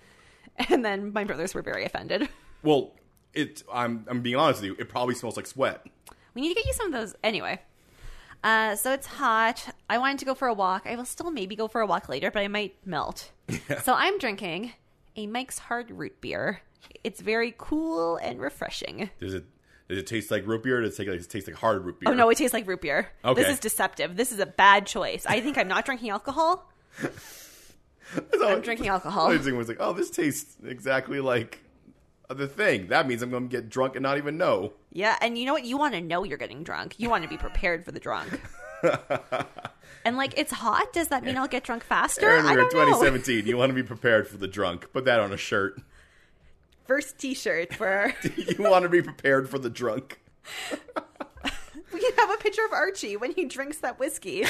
B: And then my brothers were very offended.
A: Well, it. I'm. I'm being honest with you. It probably smells like sweat.
B: We need to get you some of those. Anyway. Uh, so it's hot. I wanted to go for a walk. I will still maybe go for a walk later, but I might melt. So I'm drinking a Mike's Hard Root Beer. It's very cool and refreshing.
A: Does it? Does it taste like root beer? Or does it take- like, taste like hard root beer?
B: Oh no, it tastes like root beer.
A: Okay.
B: This is deceptive. This is a bad choice. I think I'm not drinking alcohol. I'm drinking alcohol.
A: Everything was like, oh, this tastes exactly like the thing. That means I'm going to get drunk and not even know.
B: Yeah, and you know what? You want to know you're getting drunk. You want to be prepared for the drunk. and like it's hot. Does that mean I'll get drunk faster?
A: Aaron,
B: I
A: we're in
B: don't know.
A: 2017. You want to be prepared for the drunk. Put that on a shirt.
B: First T-shirt for
A: You want to be prepared for the drunk.
B: we can have a picture of Archie when he drinks that whiskey.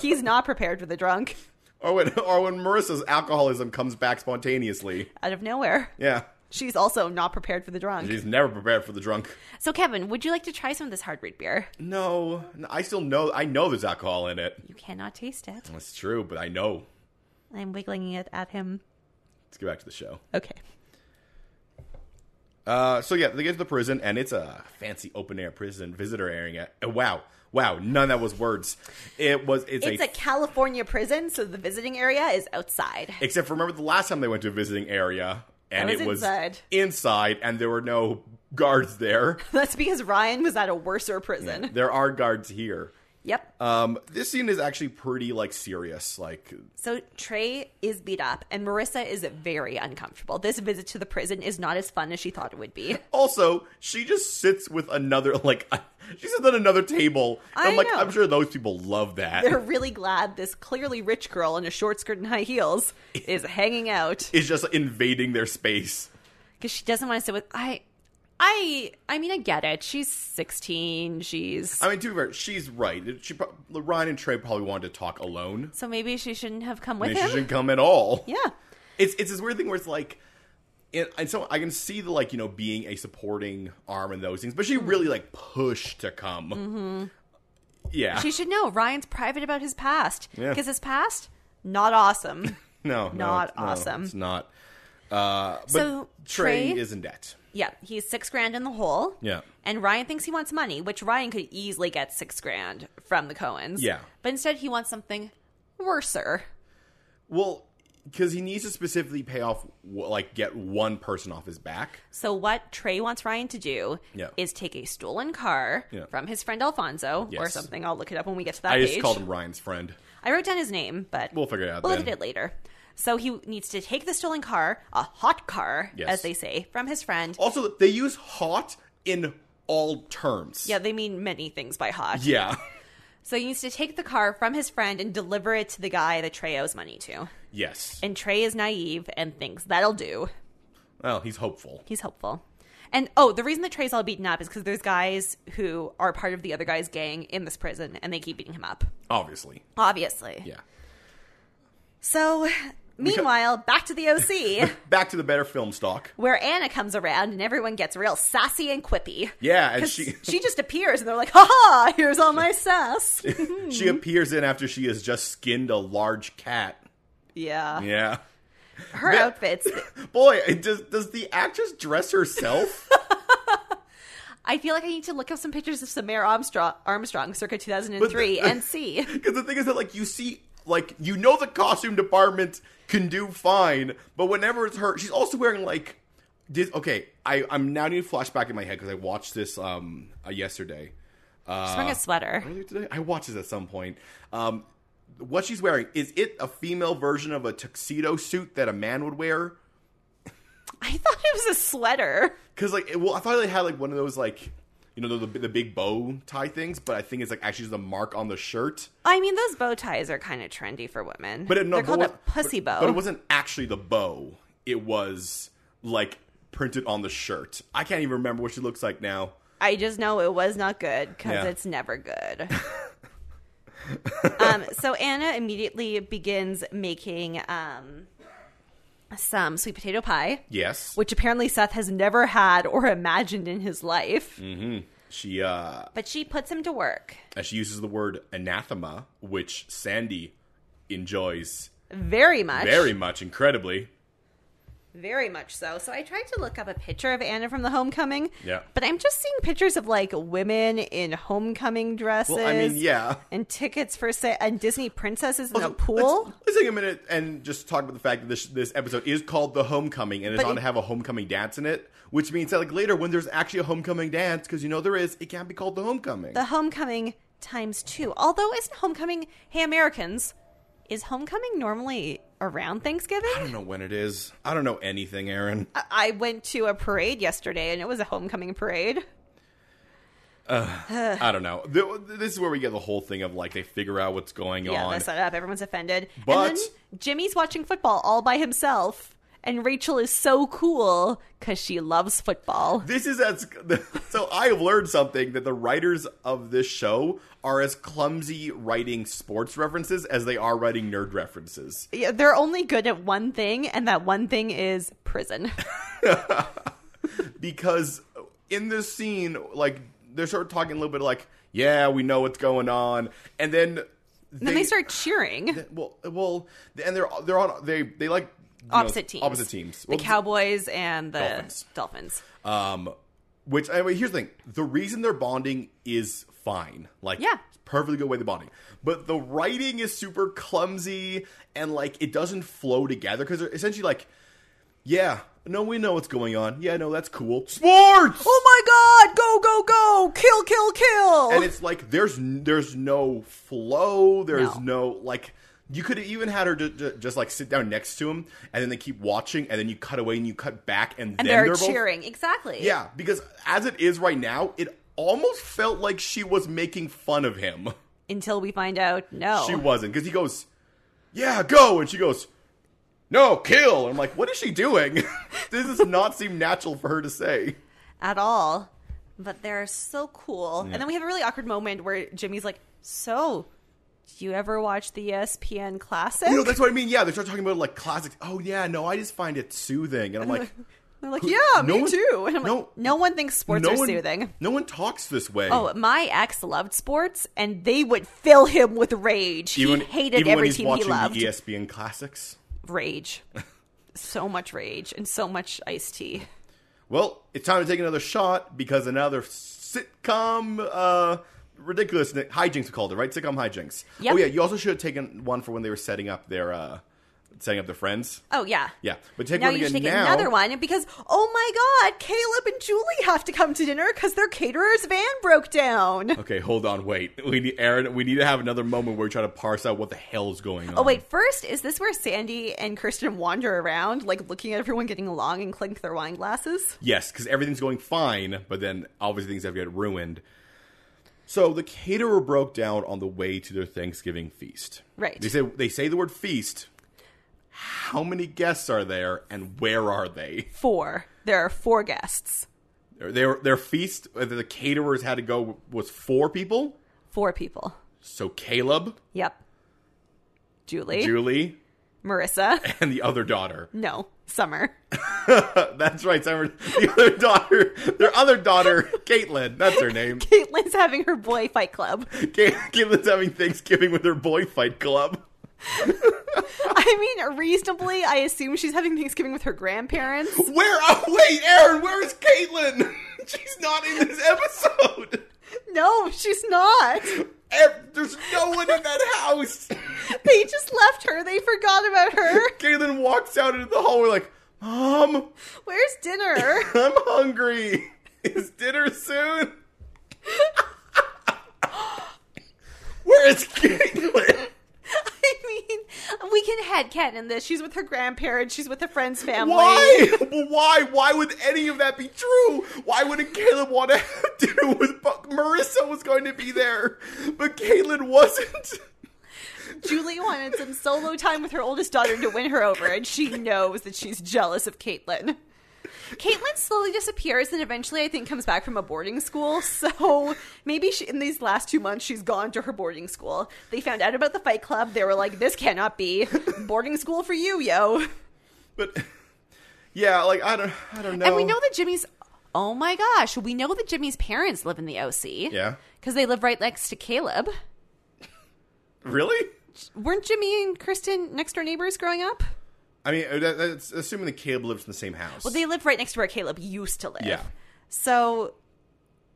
B: He's not prepared for the drunk
A: Or when, or when Marissa's alcoholism comes back spontaneously.
B: out of nowhere.
A: Yeah.
B: She's also not prepared for the drunk.
A: She's never prepared for the drunk.
B: So Kevin, would you like to try some of this hard root beer?
A: No, no, I still know. I know there's alcohol in it.
B: You cannot taste it.
A: That's true, but I know.
B: I'm wiggling it at him.
A: Let's get back to the show.
B: Okay.
A: Uh, so yeah, they get to the prison, and it's a fancy open air prison visitor area. Uh, Wow, wow, none of that was words. It was. It's,
B: It's
A: a,
B: a California prison, so the visiting area is outside.
A: except for remember the last time they went to a visiting area, and
B: That was
A: it was
B: inside.
A: inside, and there were no guards there.
B: That's because Ryan was at a worser prison.
A: there are guards here.
B: Yep.
A: Um, this scene is actually pretty like serious. Like
B: So Trey is beat up, and Marissa is very uncomfortable. This visit to the prison is not as fun as she thought it would be.
A: Also, she just sits with another like she sits at another table. And I'm
B: I
A: like,
B: know.
A: I'm sure those people love that.
B: They're really glad this clearly rich girl in a short skirt and high heels is hanging out
A: Is just invading their space.
B: because she doesn't want to sit with I. I I mean I get it. She's sixteen. She's
A: I mean, to be fair, she's right. She, pro- Ryan and Trey probably wanted to talk alone.
B: so maybe she shouldn't have come with
A: And she
B: him.
A: shouldn't come at all.
B: Yeah.
A: It's it's this weird thing where it's like, it, and so I can see the like you know being a supporting arm and those things, but
B: Mm-hmm.
A: she really like pushed to come. Yeah.
B: She should know Ryan's private about his past
A: Yeah.
B: because his past not awesome.
A: no, no,
B: Not
A: it's- no,
B: awesome.
A: it's not. Uh, but
B: So,
A: Trey
B: Trey-
A: is in debt.
B: yeah, he's six grand in the hole.
A: Yeah.
B: and Ryan thinks he wants money, which Ryan could easily get six grand from the Cohens.
A: Yeah.
B: but instead he wants something worser.
A: Well, because he needs to specifically pay off, w- like, get one person off his back.
B: So what Trey wants Ryan to do
A: Yeah.
B: is take a stolen car
A: Yeah.
B: from his friend Alfonso or
A: Yes.
B: something. I'll look it up when we get to that
A: I
B: page.
A: just called him Ryan's friend.
B: I wrote down his name, but
A: We'll figure it out
B: We'll
A: then.
B: look at it later. So he needs to take the stolen car, a hot car,
A: Yes. Oh.
B: as they say, from his friend.
A: Also, they use hot in all terms.
B: Yeah, they mean many things by hot.
A: Yeah.
B: So he needs to take the car from his friend and deliver it to the guy that Trey owes money to.
A: Yes.
B: And Trey is naive and thinks that'll do.
A: well, he's hopeful.
B: He's hopeful. And oh, the reason that Trey's all beaten up is because there's guys who are part of the other guy's gang in this prison and they keep beating him up.
A: Obviously.
B: Obviously.
A: Yeah.
B: So, meanwhile, back to the OC,
A: Back to the better film stock.
B: where Anna comes around and everyone gets real sassy and quippy.
A: Yeah, and
B: 'Cause
A: she
B: she just appears and they're like, ha ha, here's all my sass.
A: she appears in after she has just skinned a large cat.
B: yeah.
A: Yeah.
B: Her
A: Yeah.
B: outfits,
A: Boy, it does does the actress dress herself?
B: I feel like I need to look up some pictures of Samara Armstrong, Armstrong circa 2003 and see.
A: Because the thing is that, like, you see, like, you know the costume department can do fine, but whenever it's her, she's also wearing, like, this, okay, I, I'm now need a flashback in my head because I watched this um uh, yesterday.
B: She's
A: Uh,
B: wearing a sweater.
A: Earlier today? I watched this at some point. Um, what she's wearing, is it a female version of a tuxedo suit that a man would wear?
B: I thought it was a sweater.
A: Because, like, it, well, I thought they had, like, one of those, like, you know, the, the big bow tie things, but I think it's, like, actually the mark on the shirt.
B: I mean, those bow ties are kind of trendy for women.
A: But it, no,
B: they're
A: but
B: called
A: what-
B: a pussy
A: but-
B: bow.
A: But it wasn't actually the bow. It was like printed on the shirt. I can't even remember what she looks like now.
B: I just know it was not good because
A: Yeah.
B: it's never good. um, so Anna immediately begins making um, some sweet potato pie,
A: Yes,
B: which apparently Seth has never had or imagined in his life.
A: Mm. she uh,
B: But she puts him to work
A: and she uses the word anathema, which Sandy enjoys
B: very much,
A: very much, incredibly.
B: very much so. So I tried to look up a picture of Anna from the homecoming.
A: Yeah.
B: but I'm just seeing pictures of like women in homecoming dresses.
A: Well, I mean, yeah.
B: and tickets for say and Disney princesses in a
A: Also,
B: pool.
A: Let's, let's take a minute and just talk about the fact that this this episode is called "The Homecoming" and it's
B: But
A: on to
B: it-
A: have a homecoming dance in it, which means that like later when there's actually a homecoming dance, because you know there is, it can't be called "The Homecoming."
B: the homecoming times two. Although isn't homecoming hey Americans? Is homecoming normally around
A: I
B: Thanksgiving?
A: don't know when it is. I don't know anything, Aaron.
B: I, I went to a parade yesterday and it was a homecoming parade.
A: I don't know. Th- This is where we get the whole thing of like they figure out what's going
B: Yeah,
A: on.
B: that's not up. Everyone's offended.
A: But-
B: and then Jimmy's watching football all by himself. And Rachel is so cool because she loves football.
A: This is as so. I have learned something that the writers of this show are as clumsy writing sports references as they are writing nerd references.
B: Yeah, They're only good at one thing, and that one thing is prison.
A: Because in this scene, like they're sort of talking a little bit like, "Yeah, we know what's going on," and then
B: And then they start cheering.
A: Well, well, and they're they're on they they like you know,
B: opposite teams.
A: Opposite teams.
B: The
A: Well,
B: Cowboys and the
A: Dolphins.
B: Dolphins.
A: Um, which anyway, here's the thing: the reason they're bonding is fine. Like,
B: Yeah.
A: it's perfectly good way they're bonding. But the writing is super clumsy and like it doesn't flow together because they're essentially like, yeah, no, we know what's going on. Yeah, no, that's cool. Sports.
B: Oh my god! Go, go, go! Kill, kill, kill!
A: and it's like there's n- there's no flow there's no,
B: No.
A: like you could have even had her ju- ju- just like sit down next to him and then they keep watching and then you cut away and you cut back and, then
B: and they're,
A: both-
B: cheering. Exactly.
A: yeah because as it is right now it almost felt like she was making fun of him
B: Until we find out, no.
A: she wasn't because he goes yeah go and she goes no kill i'm like what is she doing this does not seem natural for her to say
B: at all. But they're so cool. And then we have a really awkward moment where Jimmy's like, So, do you ever watch the E ESPN Classic?
A: you know that's what i mean yeah they start talking about like classics oh yeah no i just find it soothing and i'm like
B: They're like,
A: Who-
B: Yeah,
A: no
B: me
A: one-
B: too. And I'm
A: no-
B: like, No one thinks sports are
A: one,
B: soothing.
A: No one talks this way.
B: Oh, my ex loved sports, and they would fill him with rage. he hated
A: even when
B: every
A: he's
B: team he
A: watching
B: loved.
A: the E ESPN classics.
B: rage. so much rage and so much iced tea.
A: Well, it's time to take another shot because another sitcom uh, ridiculous hijinks we called it, right? Sitcom hijinks.
B: Yep.
A: Oh yeah, you also should have taken one for when they were setting up their uh, setting up their friends.
B: Oh, yeah.
A: Yeah, but take
B: Now
A: one
B: you should
A: again
B: take
A: now.
B: another one because oh my god, Caleb and Julie have to come to dinner because their caterer's van broke down.
A: Okay, hold on, wait. We need Aaron. We need to have another moment where we try to parse out what the hell's going on.
B: Oh wait, first is this where Sandy and Kirsten wander around, like looking at everyone getting along and clink their wine glasses?
A: Yes, because everything's going fine, but then obviously things have get ruined. So the caterer broke down on the way to their Thanksgiving feast.
B: Right.
A: They say they say the word feast. How many guests are there, and where are they?
B: Four. There are four guests.
A: Their their, their feast uh, the caterers had to go was four people.
B: Four people.
A: So Caleb,
B: Yep. Julie,
A: Julie,
B: Marissa.
A: and the other daughter.
B: No, Summer.
A: That's right, Simon. The other daughter, their other daughter, Caitlin. That's her name.
B: Caitlin's having her boy fight club.
A: Cait- Caitlin's having Thanksgiving with her boy fight club.
B: I mean, reasonably, I assume she's having Thanksgiving with her grandparents.
A: Where? Oh, wait, Aaron, where is Caitlin? She's not in this episode.
B: No, she's not.
A: Ev- There's no one in that house.
B: They just left her. They forgot about her.
A: Caitlin walks out into the hallway like, Mom,
B: Where's dinner?
A: I'm hungry. Is dinner soon? Where is Caitlin?
B: I mean, we can headcanon in this. She's with her grandparents. She's with her friend's family.
A: Why? Well, Why? Why would any of that be true? Why wouldn't Caleb want to have dinner with Buck? Marissa was going to be there, but Caitlin wasn't.
B: Julie wanted some solo time with her oldest daughter to win her over, and she knows that she's jealous of Caitlin. Caitlin slowly disappears and eventually, I think, comes back from a boarding school. So maybe she, in these last two months, she's gone to her boarding school. They found out about the fight club. They were like, this cannot be. Boarding school for you, yo.
A: But yeah, like I don't, I don't know.
B: And we know that Jimmy's. Oh my gosh, we know that Jimmy's parents live in the OC.
A: Yeah.
B: Because they live right next to Caleb.
A: Really?
B: Weren't Jimmy and Kristen next door neighbors growing up?
A: I mean, uh, that, that's assuming that Caleb lives in the same house.
B: Well, they live right next to where Caleb used to live.
A: Yeah.
B: So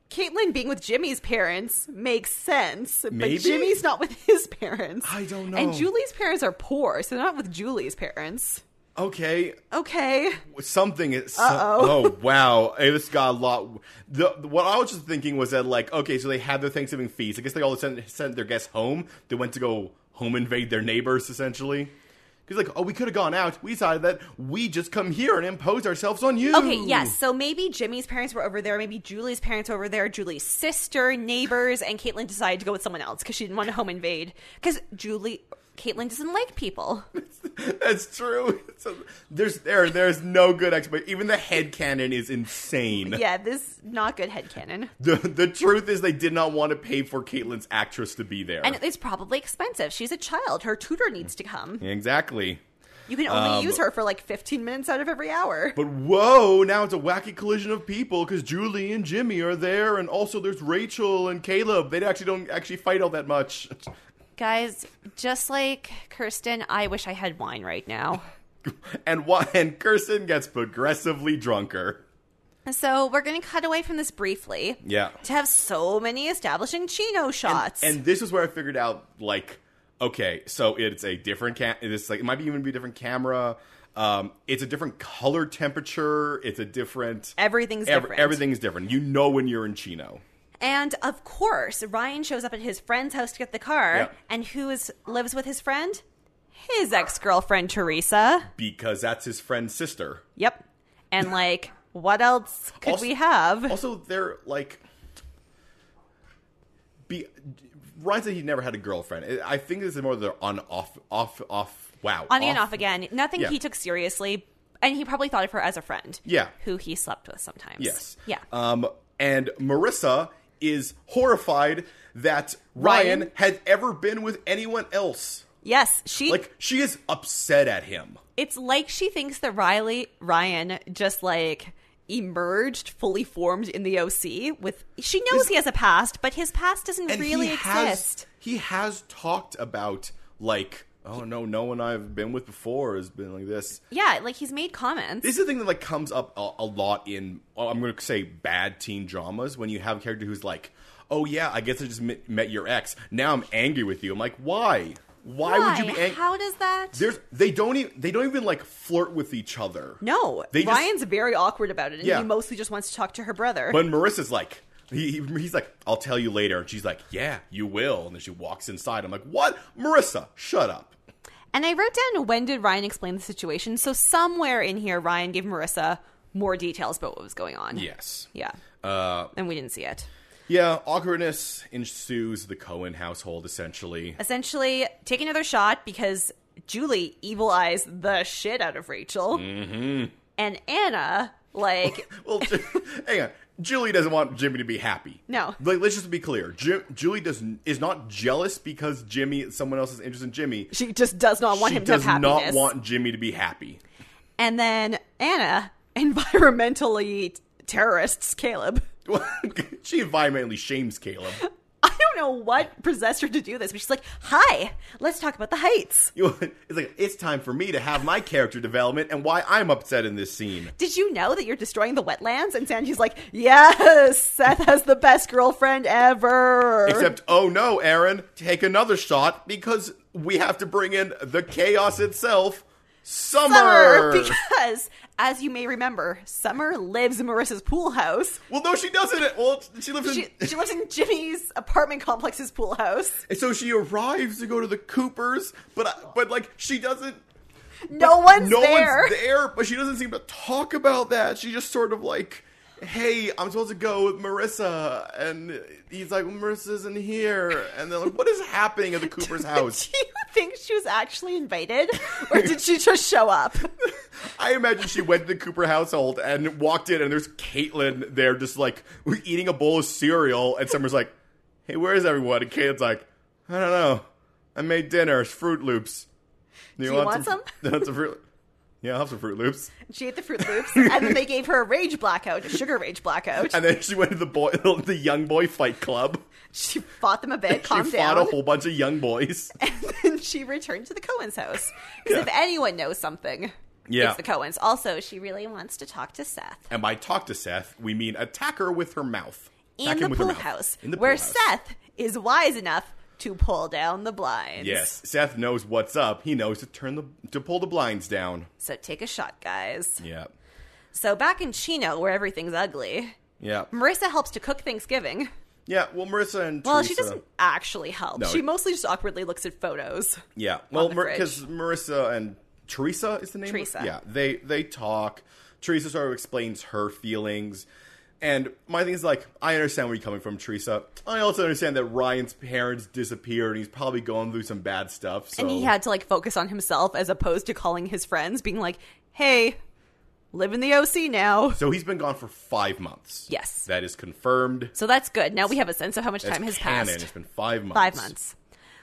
B: Caitlin being with Jimmy's parents makes sense,
A: Maybe?
B: but Jimmy's not with his parents.
A: I don't know.
B: And Julie's parents are poor, so they're not with Julie's parents.
A: okay,
B: Okay.
A: something is. so-
B: Uh-oh.
A: oh wow, this got a lot. The, what I was just thinking was that like, okay, so they had their Thanksgiving feast. I guess they all sent sent their guests home. They went to go home invade their neighbors essentially. Because like, oh, we could have gone out. We decided that we just come here and impose ourselves on you.
B: Okay, yes. So maybe Jimmy's parents were over there, maybe Julie's parents were over there, Julie's sister, neighbors, and Caitlin decided to go with someone else because she didn't want to home invade. Because Julie, Caitlin doesn't like people.
A: That's true. So there's there there's no good explanation. Even the head cannon is insane.
B: yeah, this not good headcanon.
A: The the truth is they did not want to pay for Caitlyn's actress to be there.
B: And it's probably expensive. She's a child. Her tutor needs to come.
A: exactly.
B: You can only
A: Um,
B: use her for like 15 minutes out of every hour.
A: But whoa, now it's a wacky collision of people because Julie and Jimmy are there, and also there's Rachel and Caleb. They actually don't actually fight all that much.
B: Guys, just like Kirsten, I wish I had wine right now.
A: And why? And Kirsten gets progressively drunker.
B: So we're going to cut away from this briefly.
A: Yeah.
B: To have so many establishing chino shots.
A: And this is where I figured out, like, okay, so it's a different cam. It's like it might be even be a different camera. Um, it's a different color temperature. It's a different.
B: everything's
A: ev-
B: different.
A: everything's different. You know when you're in Chino.
B: And of course, Ryan shows up at his friend's house to get the car.
A: Yeah.
B: And who is lives with his friend? His ex girlfriend Teresa.
A: because that's his friend's sister.
B: Yep. And like, what else could
A: Also-
B: we have?
A: Also, they're like. Be, Ryan said he never had a girlfriend. I I think this is more the on off off off. Wow,
B: On and off again. Nothing
A: Yeah.
B: he took seriously. And he probably thought of her as a friend.
A: Yeah.
B: Who he slept with sometimes.
A: Yes.
B: Yeah.
A: Um, and Marissa is horrified that Ryan,
B: Ryan?
A: had ever been with anyone else.
B: yes. She
A: Like she is upset at him.
B: it's like she thinks that Riley Ryan just like emerged fully formed in the OC with she knows he has a past, but his past doesn't really
A: he
B: exist.
A: has he has talked about like oh no, no one I've been with before has been like this.
B: Yeah, like he's made comments.
A: This is the thing that like comes up a, a lot in oh, I'm going to say bad teen dramas when you have a character who's like, "Oh yeah, I guess I just met, met your ex. Now I'm angry with you." I'm like, "Why? Why, would you be angry?"
B: How does that?
A: There's they don't even they don't even like flirt with each other.
B: no,
A: They just-
B: Ryan's very awkward about it, and
A: Yeah.
B: he mostly just wants to talk to her brother.
A: But Marissa's like he, he- he's like, "I'll tell you later," and she's like, "Yeah, you will." And then she walks inside. I'm like, "What, Marissa? Shut up."
B: and I wrote down when did Ryan explain the situation. So somewhere in here, Ryan gave Marissa more details about what was going on.
A: Yes.
B: yeah,
A: Uh,
B: and we didn't see it.
A: yeah, awkwardness ensues the Cohen household essentially.
B: Essentially, take another shot because Julie evil eyes the shit out of Rachel, mm-hmm. and Anna like
A: Well, Ju- hang on. Julie doesn't want Jimmy to be happy.
B: No.
A: Like, let's just be clear. Ju- Julie does n- is not jealous because Jimmy someone else is interested in Jimmy.
B: she just does not want
A: she
B: him to have
A: does
B: happiness.
A: not want Jimmy to be happy.
B: and then Anna, environmentally terrorists Caleb.
A: she environmentally shames Caleb.
B: I don't know what possessed her to do this, but she's like, "Hi, let's talk about the heights."
A: You know, It's like it's time for me to have my character development and why I'm upset in this scene.
B: Did you know that you're destroying the wetlands? And Sanji's like, "Yes, Seth has the best girlfriend ever."
A: Except, oh no, Aaron, take another shot because we have to bring in the chaos itself.
B: Summer,
A: Summer.
B: because as you may remember, Summer lives in Marissa's pool house.
A: well, no, she doesn't. Well, she lives in.
B: She, she lives in Jimmy's apartment complex's pool house.
A: And so she arrives to go to the Coopers, but I- but like she doesn't.
B: No one's
A: no
B: there.
A: one's there, but she doesn't seem to talk about that. She just sort of like, hey, I'm supposed to go with Marissa, and he's like, Marissa isn't here, and they're like, what is happening at the Cooper's house?
B: Do you think she was actually invited, or did she just show up?
A: I imagine she went to the Cooper household and walked in, and there's Caitlin there, just like eating a bowl of cereal, and Summer's like, hey, where is everyone? And Caitlin's like, I don't know, I made dinner, it's Fruit Loops.
B: Do you want some?
A: You want some Fruit? Yeah, I'll have some Fruit Loops.
B: She ate the Fruit Loops, and then they gave her a rage blackout, a sugar rage blackout.
A: And then she went to the boy, the young boy fight club.
B: She fought them a bit, calmed
A: she
B: down,
A: fought a whole bunch of young boys.
B: and then she returned to the Cohen's house. Because if anyone knows something,
A: Yeah.
B: it's the Cohen's. Also, she really wants to talk to Seth
A: and by talk to Seth, we mean attack her with her mouth. Attack him
B: in the
A: with her
B: pool
A: mouth.
B: house,
A: In the pool
B: where
A: house.
B: Seth is wise enough to pull down the blinds.
A: Yes, Seth knows what's up. He knows to turn the to pull the blinds down.
B: So take a shot, guys.
A: Yeah,
B: So back in Chino, where everything's ugly,
A: yeah,
B: Marissa helps to cook Thanksgiving.
A: yeah. Well, Marissa and
B: Well,
A: Teresa,
B: she doesn't actually help.
A: No.
B: She mostly just awkwardly looks at photos.
A: Yeah, well,
B: the fridge.
A: because Marissa and Teresa is the name. of-
B: Teresa.
A: yeah, they they talk. Teresa sort of explains her feelings, and my thing is like, I understand where you're coming from, Teresa. I also understand that Ryan's parents disappeared, and he's probably going through some bad stuff. So
B: And he had to like focus on himself as opposed to calling his friends, being like, hey, live in the OC now.
A: so he's been gone for five months.
B: Yes.
A: that is confirmed.
B: So that's good. Now we have a sense of how much
A: That's
B: time has
A: canon.
B: passed.
A: It's been five months.
B: Five months.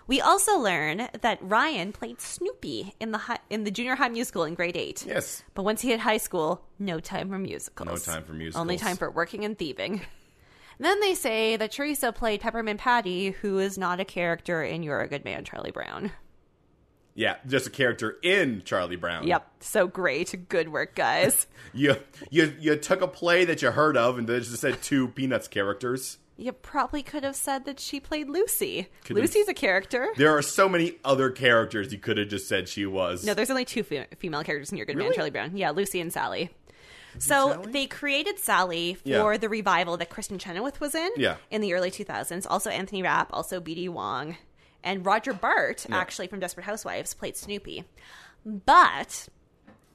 B: We also learn that Ryan played Snoopy in the hi- in the junior high musical in grade eight.
A: Yes.
B: But once he hit high school, no time for musicals.
A: No time for musicals.
B: Only time for working and thieving. And Then they say that Teresa played Peppermint Patty, who is not a character in You're a Good Man, Charlie Brown.
A: Hmm. Yeah, just a character in Charlie Brown.
B: Yep. So great. Good work, guys.
A: You you you took a play that you heard of and just said two Peanuts characters.
B: you probably could have said that she played Lucy.
A: Could have-
B: Lucy's a character.
A: There are so many other characters you could have just said she was.
B: No, there's only two fe- female characters in Your Good Man,
A: Really?
B: Charlie Brown. Yeah, Lucy and Sally. So
A: Sally?
B: they created Sally for
A: Yeah.
B: the revival that Kristen Chenoweth was in
A: Yeah.
B: in the early 2000s. Also Anthony Rapp, also B.D. Wong, and Roger Bart, actually from Desperate Housewives, played Snoopy. But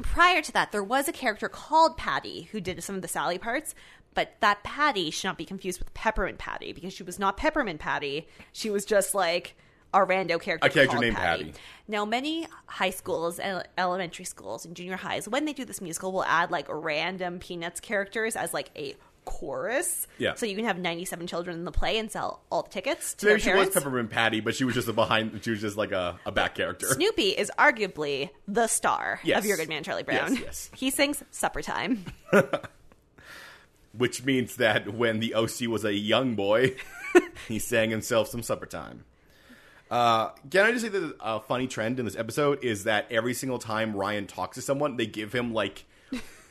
B: prior to that, there was a character called Patty who did some of the Sally parts, but that Patty should not be confused with Peppermint Patty because she was not Peppermint Patty. She was just like a rando character.
A: A character
B: called
A: named Patty.
B: Now, many high schools and elementary schools and junior highs, when they do this musical, will add like random Peanuts characters as like a chorus.
A: Yeah.
B: So you can have 97 children in the play and sell all the tickets to
A: So maybe
B: their
A: she was
B: parents.
A: Peppermint Patty, but she was just a behind. She was just like a, a back character.
B: Snoopy is arguably the star
A: Yes.
B: of Your Good Man, Charlie Brown.
A: yes.
B: He sings Supper Time.
A: Which means that when the OC was a young boy, he sang himself some supper time. Uh, can I just say that a funny trend in this episode is that every single time Ryan talks to someone, they give him like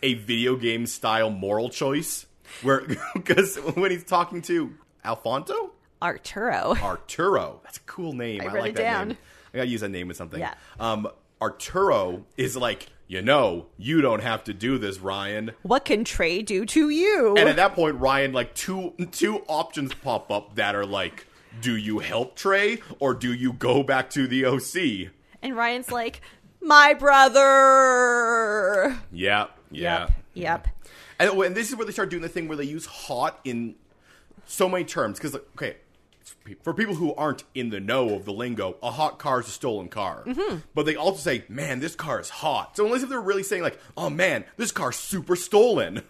A: a video game style moral choice. Where because when he's talking to Alfonso
B: Arturo.
A: Arturo, that's a cool name. I,
B: wrote
A: like
B: it
A: that
B: down.
A: name. I gotta use that name with something.
B: Yeah.
A: Um, Arturo is like, you know, you don't have to do this, Ryan.
B: What can Trey do to you?
A: And at that point, Ryan, like two two options pop up that are like, do you help Trey or do you go back to the OC?
B: And Ryan's like, my brother.
A: Yeah, yeah.
B: Yep. Yep.
A: And, oh, and this is where they start doing the thing where they use hot in so many terms because, like, okay, for people who aren't in the know of the lingo, a hot car is a stolen car. But they also say, "Man, this car is hot." So unless if they're really saying like, "Oh man, this car's super stolen,"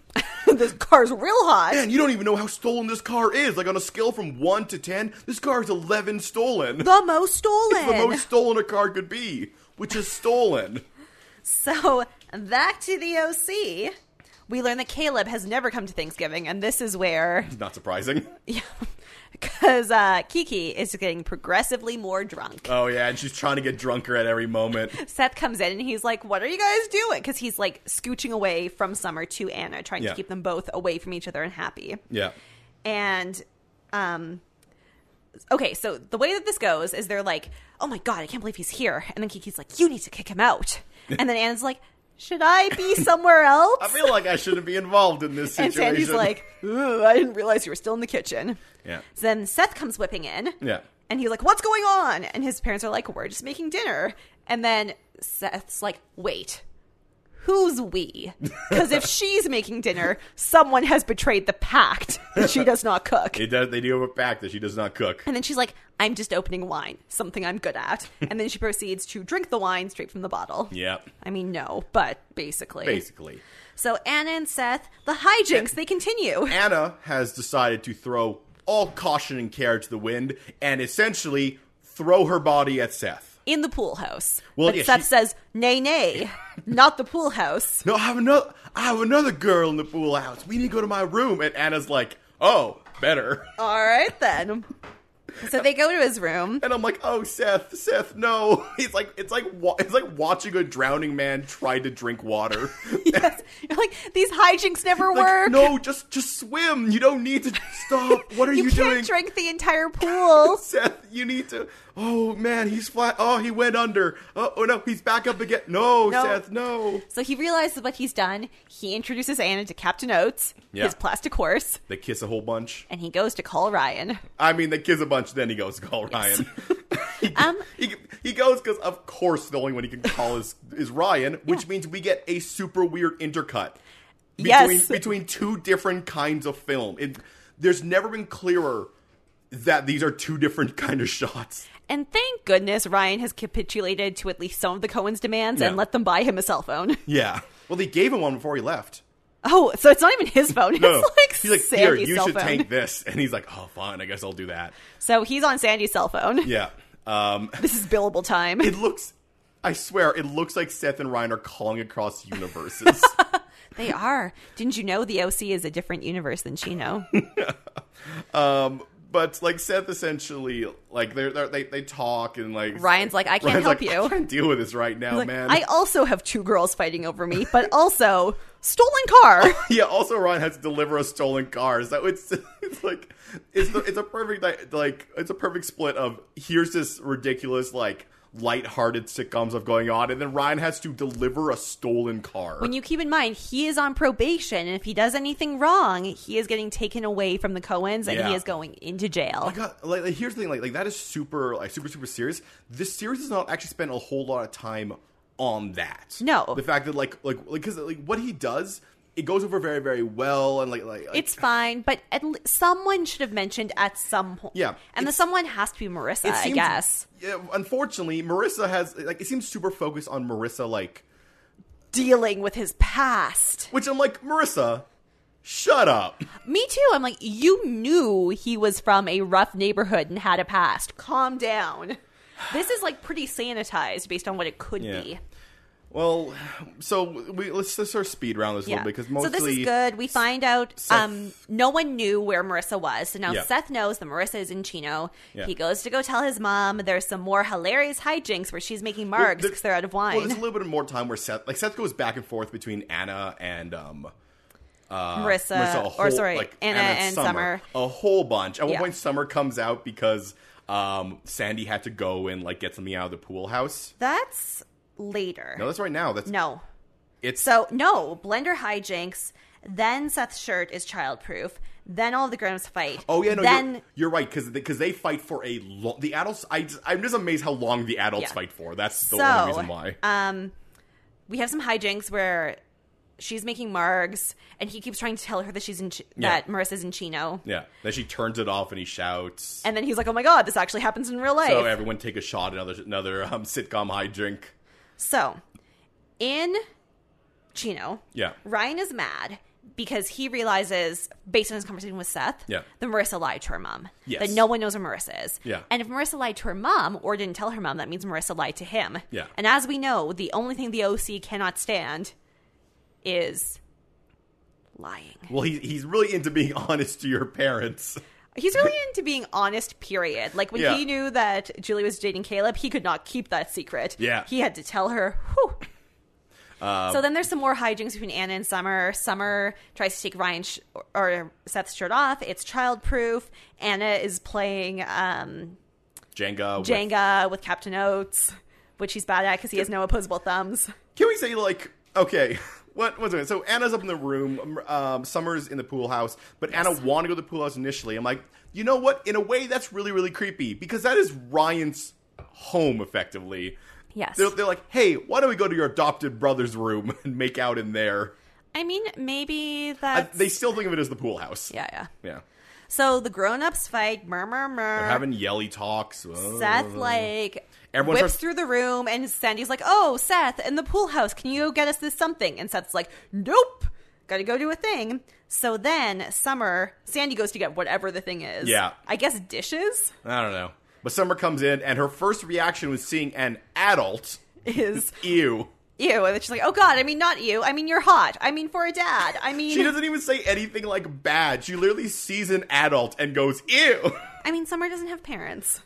B: this car's real hot.
A: and you don't even know how stolen this car is. Like on a scale from one to ten, this car is eleven stolen.
B: The most stolen.
A: the most stolen a car could be, which is stolen.
B: so back to the OC. We learn that Caleb has never come to Thanksgiving, and this is where,
A: Not surprising.
B: yeah, because uh, Kiki is getting progressively more drunk.
A: Oh yeah, and she's trying to get drunker at every moment.
B: Seth comes in and he's like, "What are you guys doing?" Because he's like scooching away from Summer to Anna, trying
A: Yeah.
B: to keep them both away from each other and happy.
A: Yeah.
B: and um okay so the way that this goes is they're like oh my god i can't believe he's here and then kiki's like you need to kick him out and then anna's like should i be somewhere
A: I
B: else
A: feel like I shouldn't be involved in this
B: and
A: situation.
B: sandy's like Ooh, i didn't realize you were still in the kitchen
A: Yeah.
B: so then seth comes whipping in
A: Yeah.
B: and he's like what's going on and his parents are like we're just making dinner and then seth's like wait Who's we? Because if she's making dinner, someone has betrayed the pact that she does not cook.
A: It does they do have a fact that she does not cook.
B: And then she's like, I'm just opening wine, something I'm good at. And then she proceeds to drink the wine straight from the bottle.
A: Yeah.
B: I mean, no, but basically.
A: Basically.
B: So Anna and Seth, the hijinks, they continue.
A: Anna has decided to throw all caution and care to the wind and essentially throw her body at Seth.
B: In the pool house.
A: Well,
B: but
A: yeah,
B: Seth
A: she-
B: says, nay, nay, not the pool house.
A: No, I have another I have another girl in the pool house. We need to go to my room and Anna's like, "Oh, better."
B: All right, then. So they go to his room.
A: And I'm like, oh, Seth, Seth, no! It's like it's like wa- it's like watching a drowning man try to drink water.
B: Yes. You're like, these hijinks never work.
A: like, no, just just swim. You don't need to stop. What are
B: you,
A: you,
B: can't
A: doing,
B: drink the entire pool.
A: Seth? You need to. Oh man, he's flat. Oh, he went under. Oh, oh no, he's back up again. No,
B: No.
A: Seth, no.
B: so he realizes what he's done. He introduces Anna to Captain Oates,
A: Yeah.
B: his plastic horse.
A: They kiss a whole bunch.
B: and he goes to call Ryan.
A: I mean, they kiss a bunch. Then he goes, call Ryan.
B: Um,
A: He, he goes because, of course, the only one he can call is, is Ryan, which
B: Yeah.
A: means we get a super weird intercut between,
B: Yes.
A: between two different kinds of film. It, there's never been clearer that these are two different kind of shots.
B: and thank goodness Ryan has capitulated to at least some of the Cohen's demands and
A: Yeah.
B: let them buy him a cell phone.
A: Yeah. Well, they gave him one before he left.
B: Oh, so it's not even his phone.
A: No,
B: it's like
A: he's like, here,
B: Sandy's
A: you
B: cell
A: should
B: phone.
A: take this, and he's like, oh, fine, I guess I'll do that.
B: So he's on Sandy's cell phone.
A: Yeah. Um,
B: This is billable time.
A: it looks. I swear, it looks like Seth and Ryan are calling across universes.
B: They are. Didn't you know the OC is a different universe than Chino?
A: Um, but like Seth essentially like they're, they're they they talk and like
B: Ryan's like, I can't
A: Ryan's
B: help
A: like,
B: you.
A: I can't deal with this right now,
B: Like,
A: man.
B: I also have two girls fighting over me, but also stolen car.
A: yeah. Also, Ryan has to deliver a stolen car, so it's it's like it's the, it's a perfect like- like it's a perfect split of here's this ridiculous like lighthearted sitcoms of going on, and then Ryan has to deliver a stolen car.
B: When you keep in mind, he is on probation, and if he does anything wrong, he is getting taken away from the Cohens and
A: Yeah.
B: he is going into jail.
A: I got like, like here's the thing like like that is super like super super serious. This series does not actually spend a whole lot of time on that.
B: No.
A: the fact that like like because like, what he does, it goes over very very well and like like, like-
B: It's fine, but at le- someone should have mentioned at some point.
A: Yeah,
B: and the
A: it's-
B: someone has to be Marissa,
A: it
B: I
A: seems-
B: guess.
A: Yeah, unfortunately, Marissa has like it seems super focused on Marissa like
B: Dealing with his past.
A: which I'm like Marissa, shut up.
B: Me too. I'm like, you knew he was from a rough neighborhood and had a past. Calm down. This is like pretty sanitized based on what it could
A: Yeah.
B: be.
A: Well, so we let's, let's sort of speed round this a
B: Yeah.
A: little bit because
B: so
A: mostly
B: this is good. We find out
A: Seth-
B: um, no one knew where Marissa was. So now
A: Yeah.
B: Seth knows that Marissa is in Chino.
A: Yeah.
B: He goes to go tell his mom. There's some more hilarious hijinks where she's making margs
A: there-
B: because they're out of wine.
A: Well, there's a little bit more time where Seth, like Seth, goes back and forth between Anna and um, uh,
B: Marissa,
A: a
B: or
A: whole-
B: sorry, Anna and Summer.
A: a whole bunch. At one
B: Yeah.
A: point, Summer comes out because um, Sandy had to go and like get something out of the pool house.
B: That's later.
A: No, that's right now. That's
B: no.
A: it's
B: So no blender hijinks. Then Seth's shirt is childproof. Then all the grown-ups fight.
A: Oh yeah, no,
B: Then
A: you're, you're right because because they fight for a long. The adults, I just, I'm just amazed how long the adults
B: Yeah.
A: fight for. That's the
B: So,
A: only reason why.
B: um, we have some hijinks where she's making margs, and he keeps trying to tell her that she's in Ch-
A: Yeah.
B: that Marissa's in Chino,
A: yeah, then she turns it off and he shouts.
B: and then he's like, "Oh my god, this actually happens in real life."
A: so everyone take a shot. Another another um, sitcom high drink.
B: So, in Chino,
A: Yeah.
B: Ryan is mad because he realizes, based on his conversation with Seth,
A: Yeah.
B: that Marissa lied to her mom.
A: Yes.
B: That no one knows where Marissa is.
A: Yeah.
B: And if Marissa lied to her mom or didn't tell her mom, that means Marissa lied to him.
A: Yeah.
B: And as we know, the only thing the OC cannot stand is lying.
A: Well, he, he's really into being honest to your parents.
B: He's really into being honest, period. Like when
A: Yeah.
B: he knew that Julie was dating Caleb, he could not keep that secret.
A: Yeah. Um,
B: He had to tell her, whew. so then there's some more hijinks between Anna and Summer. Summer tries to take Ryan's sh- or Seth's shirt off. It's childproof. Anna is playing um,
A: Jenga. with-
B: Jenga with Captain Oates, which he's bad at because he has no opposable thumbs.
A: Can we say like okay? What was it? So Anna's up in the room. Um, Summer's in the pool house, but Anna wanted to go to the pool house initially. I'm like, you know what? In a way, that's really really creepy because that is Ryan's home effectively.
B: Yes.
A: They're, they're like, hey, why don't we go to your adopted brother's room and make out in there?
B: I mean, maybe
A: Uh,
B: that's.
A: they still think of it as the pool house.
B: yeah, yeah.
A: Yeah.
B: So the grown ups fight. Murmur, murmur.
A: They're having yelly talks. Uh,
B: Seth like
A: Everyone
B: whips
A: starts-
B: through the room, and Sandy's like, "Oh, Seth, in the pool house, can you go get us this something?" And Seth's like, "Nope, gotta go do a thing." So then Summer, Sandy goes to get whatever the thing is.
A: Yeah.
B: I guess dishes
A: I don't know. But Summer comes in, and her first reaction was seeing an adult.
B: is
A: Ew.
B: ew, and then she's like, "Oh God, I mean not you, I mean you're hot, I mean for a dad, I mean
A: She doesn't even say anything like bad. She literally sees an adult and goes, ew.
B: I mean Summer doesn't have parents.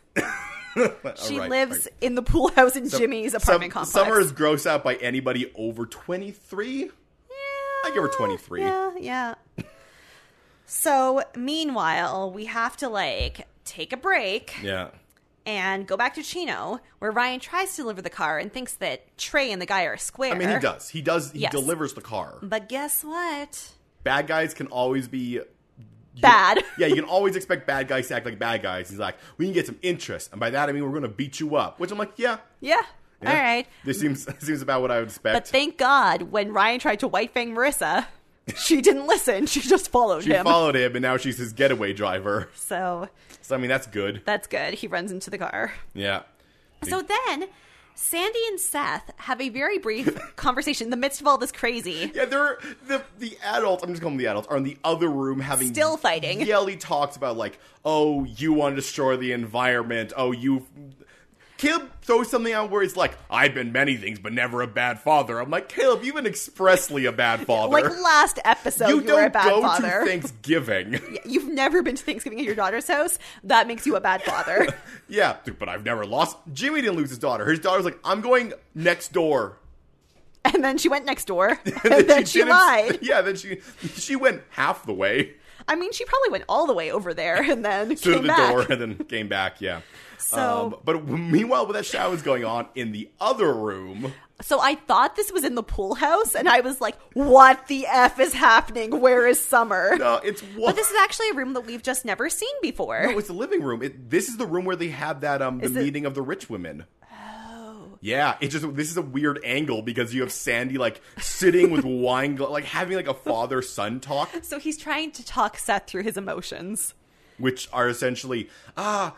B: She
A: Alright,
B: lives
A: alright.
B: in the pool house in Jimmy's apartment
A: Sum-
B: complex.
A: Summer is grossed out by anybody over 23. I give her 23.
B: Yeah, yeah. so, meanwhile, we have to like take a break
A: Yeah.
B: and go back to Chino, where Ryan tries to deliver the car and thinks that Trey and the guy are square.
A: I mean, he does. He does. He
B: Yes.
A: delivers the car.
B: But guess what?
A: Bad guys can always be
B: Bad.
A: yeah, you can always expect bad guys to act like bad guys. He's like, we can get some interest, and by that I mean we're going to beat you up. Which I'm like, yeah,
B: yeah.
A: yeah.
B: All right.
A: This seems seems about what I would
B: But
A: expect.
B: thank God when Ryan tried to white fang Marissa, she didn't listen. She just followed
A: she
B: him.
A: followed him, and now she's his getaway driver.
B: so
A: So I mean, that's good.
B: that's good. He runs into the car.
A: Yeah.
B: So then Sandy and Seth have a very brief conversation in the midst of all this crazy.
A: Yeah, they're the the adults. I'm just calling them the adults are in the other room having
B: Still fighting.
A: Yelly talks about like, oh, you want to destroy the environment. Oh, you Caleb throws something out where he's like, I've been many things, but never a bad father. I'm like, Caleb, you've been expressly a bad father.
B: Like last episode,
A: you
B: you, were
A: don't
B: a bad
A: go
B: father.
A: to Thanksgiving.
B: You've never been to Thanksgiving at your daughter's house. That makes you a bad father.
A: yeah, dude, but I've never lost. Jimmy didn't lose his daughter. His daughter was like, I'm going next door.
B: and then she went next door. And then she
A: didn't-
B: lied.
A: Yeah, then she she went half the way
B: I mean, she probably went all the way over there and then
A: through
B: came
A: the
B: back.
A: door and then came back. Yeah.
B: So-
A: Um, but meanwhile, while that shower was going on in the other room,
B: So I thought this was in the pool house, and I was like, "What the f is happening? Where is Summer?"
A: no, uh, it's one.
B: But this is actually a room that we've just never seen before.
A: No, it's the living room. It, this is the room where they had that um the
B: Is it-
A: meeting of the rich women. Oh. Yeah, it just this is a weird angle because you have Sandy like sitting with wine, gla- like having like a father son talk,
B: so he's trying to talk Seth through his emotions.
A: which are essentially ah.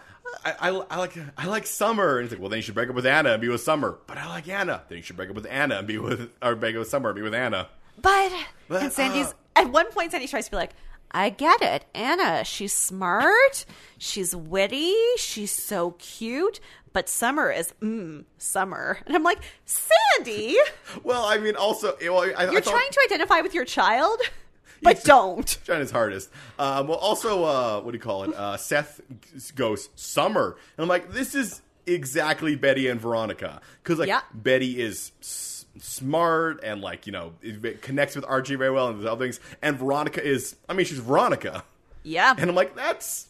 A: I, I, I like I like Summer, and it's like, well, then you should break up with Anna and be with Summer. But I like Anna. Then you should break up with Anna and be with, or break up with Summer and be with Anna.
B: But,
A: But,
B: and Sandy's
A: uh,
B: at one point Sandy tries to be like, I get it. Anna, she's smart, she's witty, she's so cute, but Summer is mm, Summer. And I'm like, Sandy,
A: Well, I mean, also, well, I, I
B: you're
A: thought
B: trying to identify with your child, but don't.
A: trying his hardest. Um, well, also, uh, what do you call it? Uh, Seth g- goes summer, and I'm like, this is exactly Betty and Veronica because like
B: Yeah.
A: Betty is. S- Smart and like you know, it connects with Archie very well and these other things. And Veronica is, I mean, she's Veronica,
B: Yeah.
A: and I'm like, that's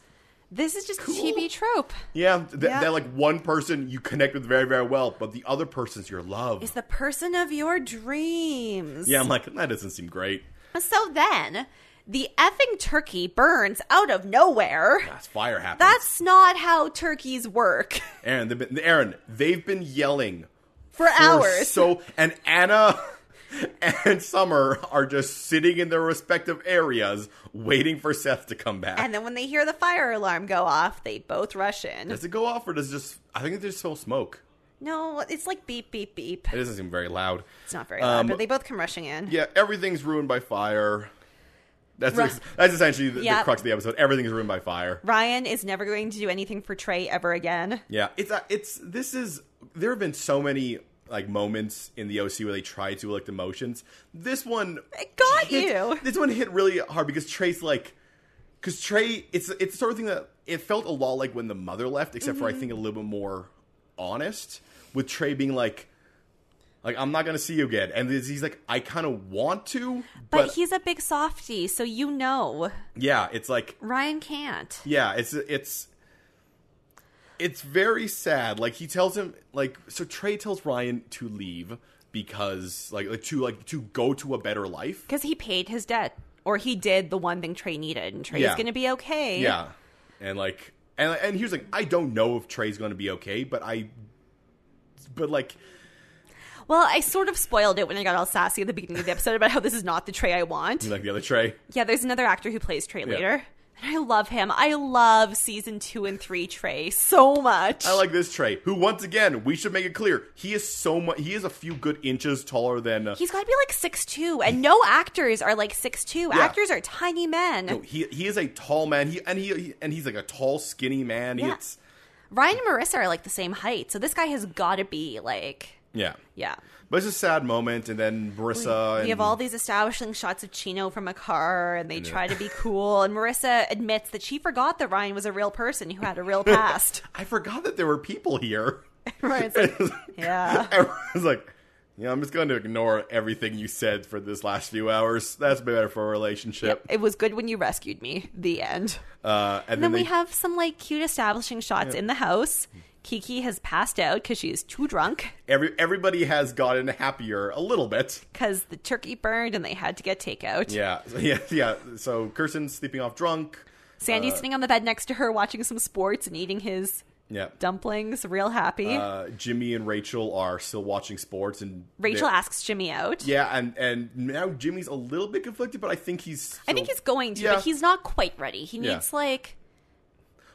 B: This is just a TV trope.
A: yeah, th-
B: Yeah.
A: that like one person you connect with very very well, but the other person's your love.
B: Is the person of your dreams.
A: yeah, I'm like that doesn't seem great.
B: So then, the effing turkey burns out of nowhere.
A: That's fire happens.
B: That's not how turkeys work.
A: Aaron. They've been, Aaron, they've been yelling
B: For hours.
A: So and Anna and Summer are just sitting in their respective areas waiting for Seth to come back.
B: And then when they hear the fire alarm go off, they both rush in.
A: does it go off or does it just? I think there's still smoke.
B: No, it's like beep, beep, beep.
A: It doesn't seem very loud.
B: It's not very loud,
A: Um,
B: but they both come rushing in.
A: Yeah, everything's ruined by fire. That's
B: Ru-
A: that's essentially the, the
B: Yep.
A: crux of the episode. Everything's ruined by fire.
B: Ryan is never going to do anything for Trey ever again.
A: Yeah, it's uh, it's this is there have been so many like moments in the OC where they try to elicit emotions. This one
B: It got
A: hit-
B: you.
A: This one hit really hard because Trey's like because Trey it's it's the sort of thing that it felt a lot like when the mother left, except for I think a little bit more honest with Trey being like. Like I'm not gonna see you again, and he's like, I kind of want to,
B: But,
A: but,
B: he's a big softy, so you know
A: yeah, it's like
B: Ryan can't.
A: Yeah, it's it's it's very sad. Like he tells him like so Trey tells Ryan to leave because like, like to like to go to a better life.
B: Because he paid his debt. Or he did the one thing Trey needed, and Trey's
A: Yeah.
B: going to be okay.
A: Yeah. And like and and here's like I don't know if Trey's going to be okay, but I but like
B: Well, I sort of spoiled it when I got all sassy at the beginning of the episode about how this is not the Trey I want.
A: you like the other Trey.
B: Yeah, there's another actor who plays Trey later. And I love him. I love season two and three Trey so much.
A: I like this Trey, who once again we should make it clear he is so much. He is a few good inches taller than uh,
B: He's got to be like six two,
A: Mm.
B: and no actors are like six two. Actors are tiny men.
A: no, he. He is a tall man. He and he, he- and he's like a tall, skinny man. He-
B: Yeah.
A: it's-
B: Ryan and Marissa are like the same height, so this guy has got to be like,
A: yeah.
B: yeah.
A: But it's a sad moment, and then Marissa. Uh, and,
B: We have all these establishing shots of Chino from a car, and they try to be cool. And Marissa admits that she forgot that Ryan was a real person who had a real past.
A: I forgot that there were people here.
B: Ryan's like, yeah.
A: Everyone's like, you know, I'm just going to ignore everything you said for this last few hours. That's better for a relationship.
B: It was good when you rescued me. The end.
A: Uh, and
B: Then
A: then,
B: we
A: they,
B: have some like cute establishing shots in the house. Kiki has passed out because she is too drunk
A: every everybody has gotten happier a little bit.
B: because the turkey burned and they had to get takeout.
A: Yeah, yeah, yeah. So Kirsten's sleeping off drunk. Uh,
B: Sandy's sitting on the bed next to her watching some sports and eating his
A: Yeah.
B: dumplings, real happy.
A: Uh, Jimmy and Rachel are still watching sports, and
B: Rachel
A: they're-
B: asks Jimmy out.
A: Yeah, and and now Jimmy's a little bit conflicted, but I think he's.
B: I think
A: still-
B: he's going to,
A: Yeah.
B: but he's not quite ready. He
A: Yeah.
B: needs like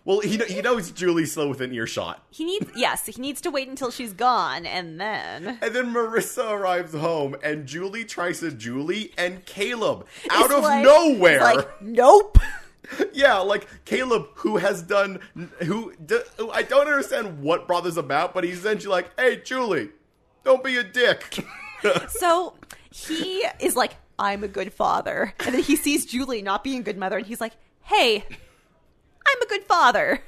A: Well, he he knows Julie's still within earshot.
B: he needs yes, he needs to wait until she's gone and then
A: And then Marissa arrives home, and Julie tries to Julie, and Caleb out
B: It's
A: of
B: like- it's
A: nowhere
B: like nope.
A: Yeah, like Caleb, who has done, who d- who- I don't understand what brought this about, but he's essentially like, "Hey, Julie, don't be a dick."
B: So he is like, I'm a good father. And then he sees Julie not being a good mother and he's like, hey, I'm a good father.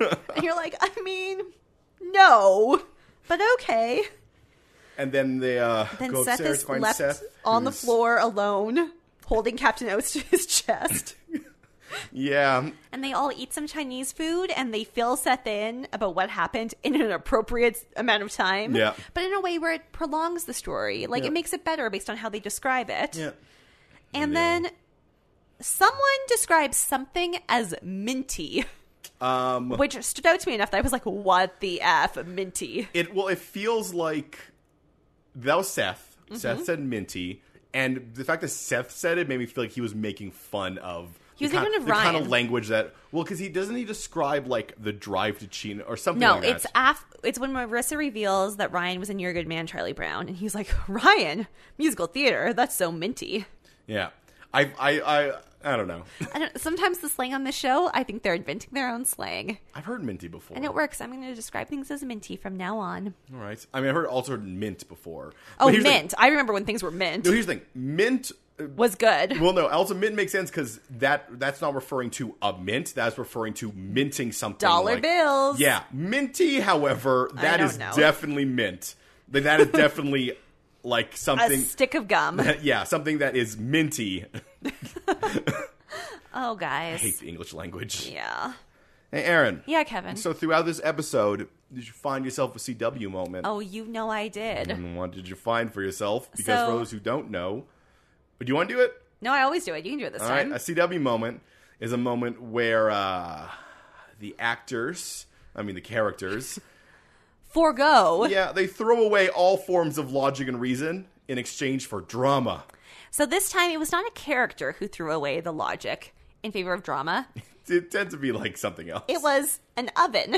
B: and you're like, I mean, no, but okay.
A: And then they uh,
B: Then
A: go
B: Seth
A: upstairs
B: is
A: to find
B: left
A: Seth
B: on the
A: who's-
B: floor alone, holding Captain Oates to his chest.
A: Yeah,
B: and they all eat some Chinese food and they fill Seth in about what happened in an appropriate amount of time.
A: Yeah.
B: But in a way where it prolongs the story. Like
A: Yeah.
B: it makes it better based on how they describe it.
A: yeah.
B: And
A: Yeah.
B: then someone describes something as minty,
A: Um,
B: which stood out to me enough that I was like, what the F, minty?
A: It well, it feels like that was Seth.
B: Mm-hmm.
A: Seth said minty, and the fact that Seth said it made me feel like he was making fun of.
B: He was
A: the
B: making
A: kind,
B: fun of
A: the kind of
B: Ryan.
A: language that well, because he doesn't he describe like the drive to Chino or something.
B: No,
A: like that.
B: it's af- it's when Marissa reveals that Ryan was in Your Good Man, Charlie Brown, and he's like, Ryan, musical theater, that's so minty.
A: yeah. I I I I don't know.
B: I don't, sometimes the slang on this show, I think they're inventing their own slang,
A: I've heard minty before.
B: and it works. I'm going to describe things as minty from now on.
A: All right. I mean, I've heard also heard mint before.
B: Oh,
A: But here's the-
B: mint! I remember when things were mint
A: no, here's the thing. Mint. uh,
B: was good.
A: Well, no. Also, mint makes sense because that that's not referring to a mint. That's referring to minting something.
B: Dollar
A: like-
B: bills.
A: Yeah, minty. However, that
B: don't
A: is
B: know.
A: definitely mint. Like that is definitely like
B: a
A: something.
B: stick of gum.
A: yeah, something that is minty. I
B: Oh, guys.
A: hate the English language.
B: Yeah.
A: Hey, Aaron.
B: Yeah, Kevin.
A: So throughout this episode, did you find yourself a CW moment?
B: oh, you know I did.
A: And what did you find for yourself? Because
B: So-
A: for those who don't know, do you want to do it?
B: No, I always do it. You can do it this
A: All right,
B: time.
A: a CW moment is a moment where uh, the actors, I mean the characters,
B: Forgo.
A: yeah, they throw away all forms of logic and reason in exchange for drama.
B: So this time it was not a character who threw away the logic in favor of drama.
A: It tends to be like something else.
B: It was an oven.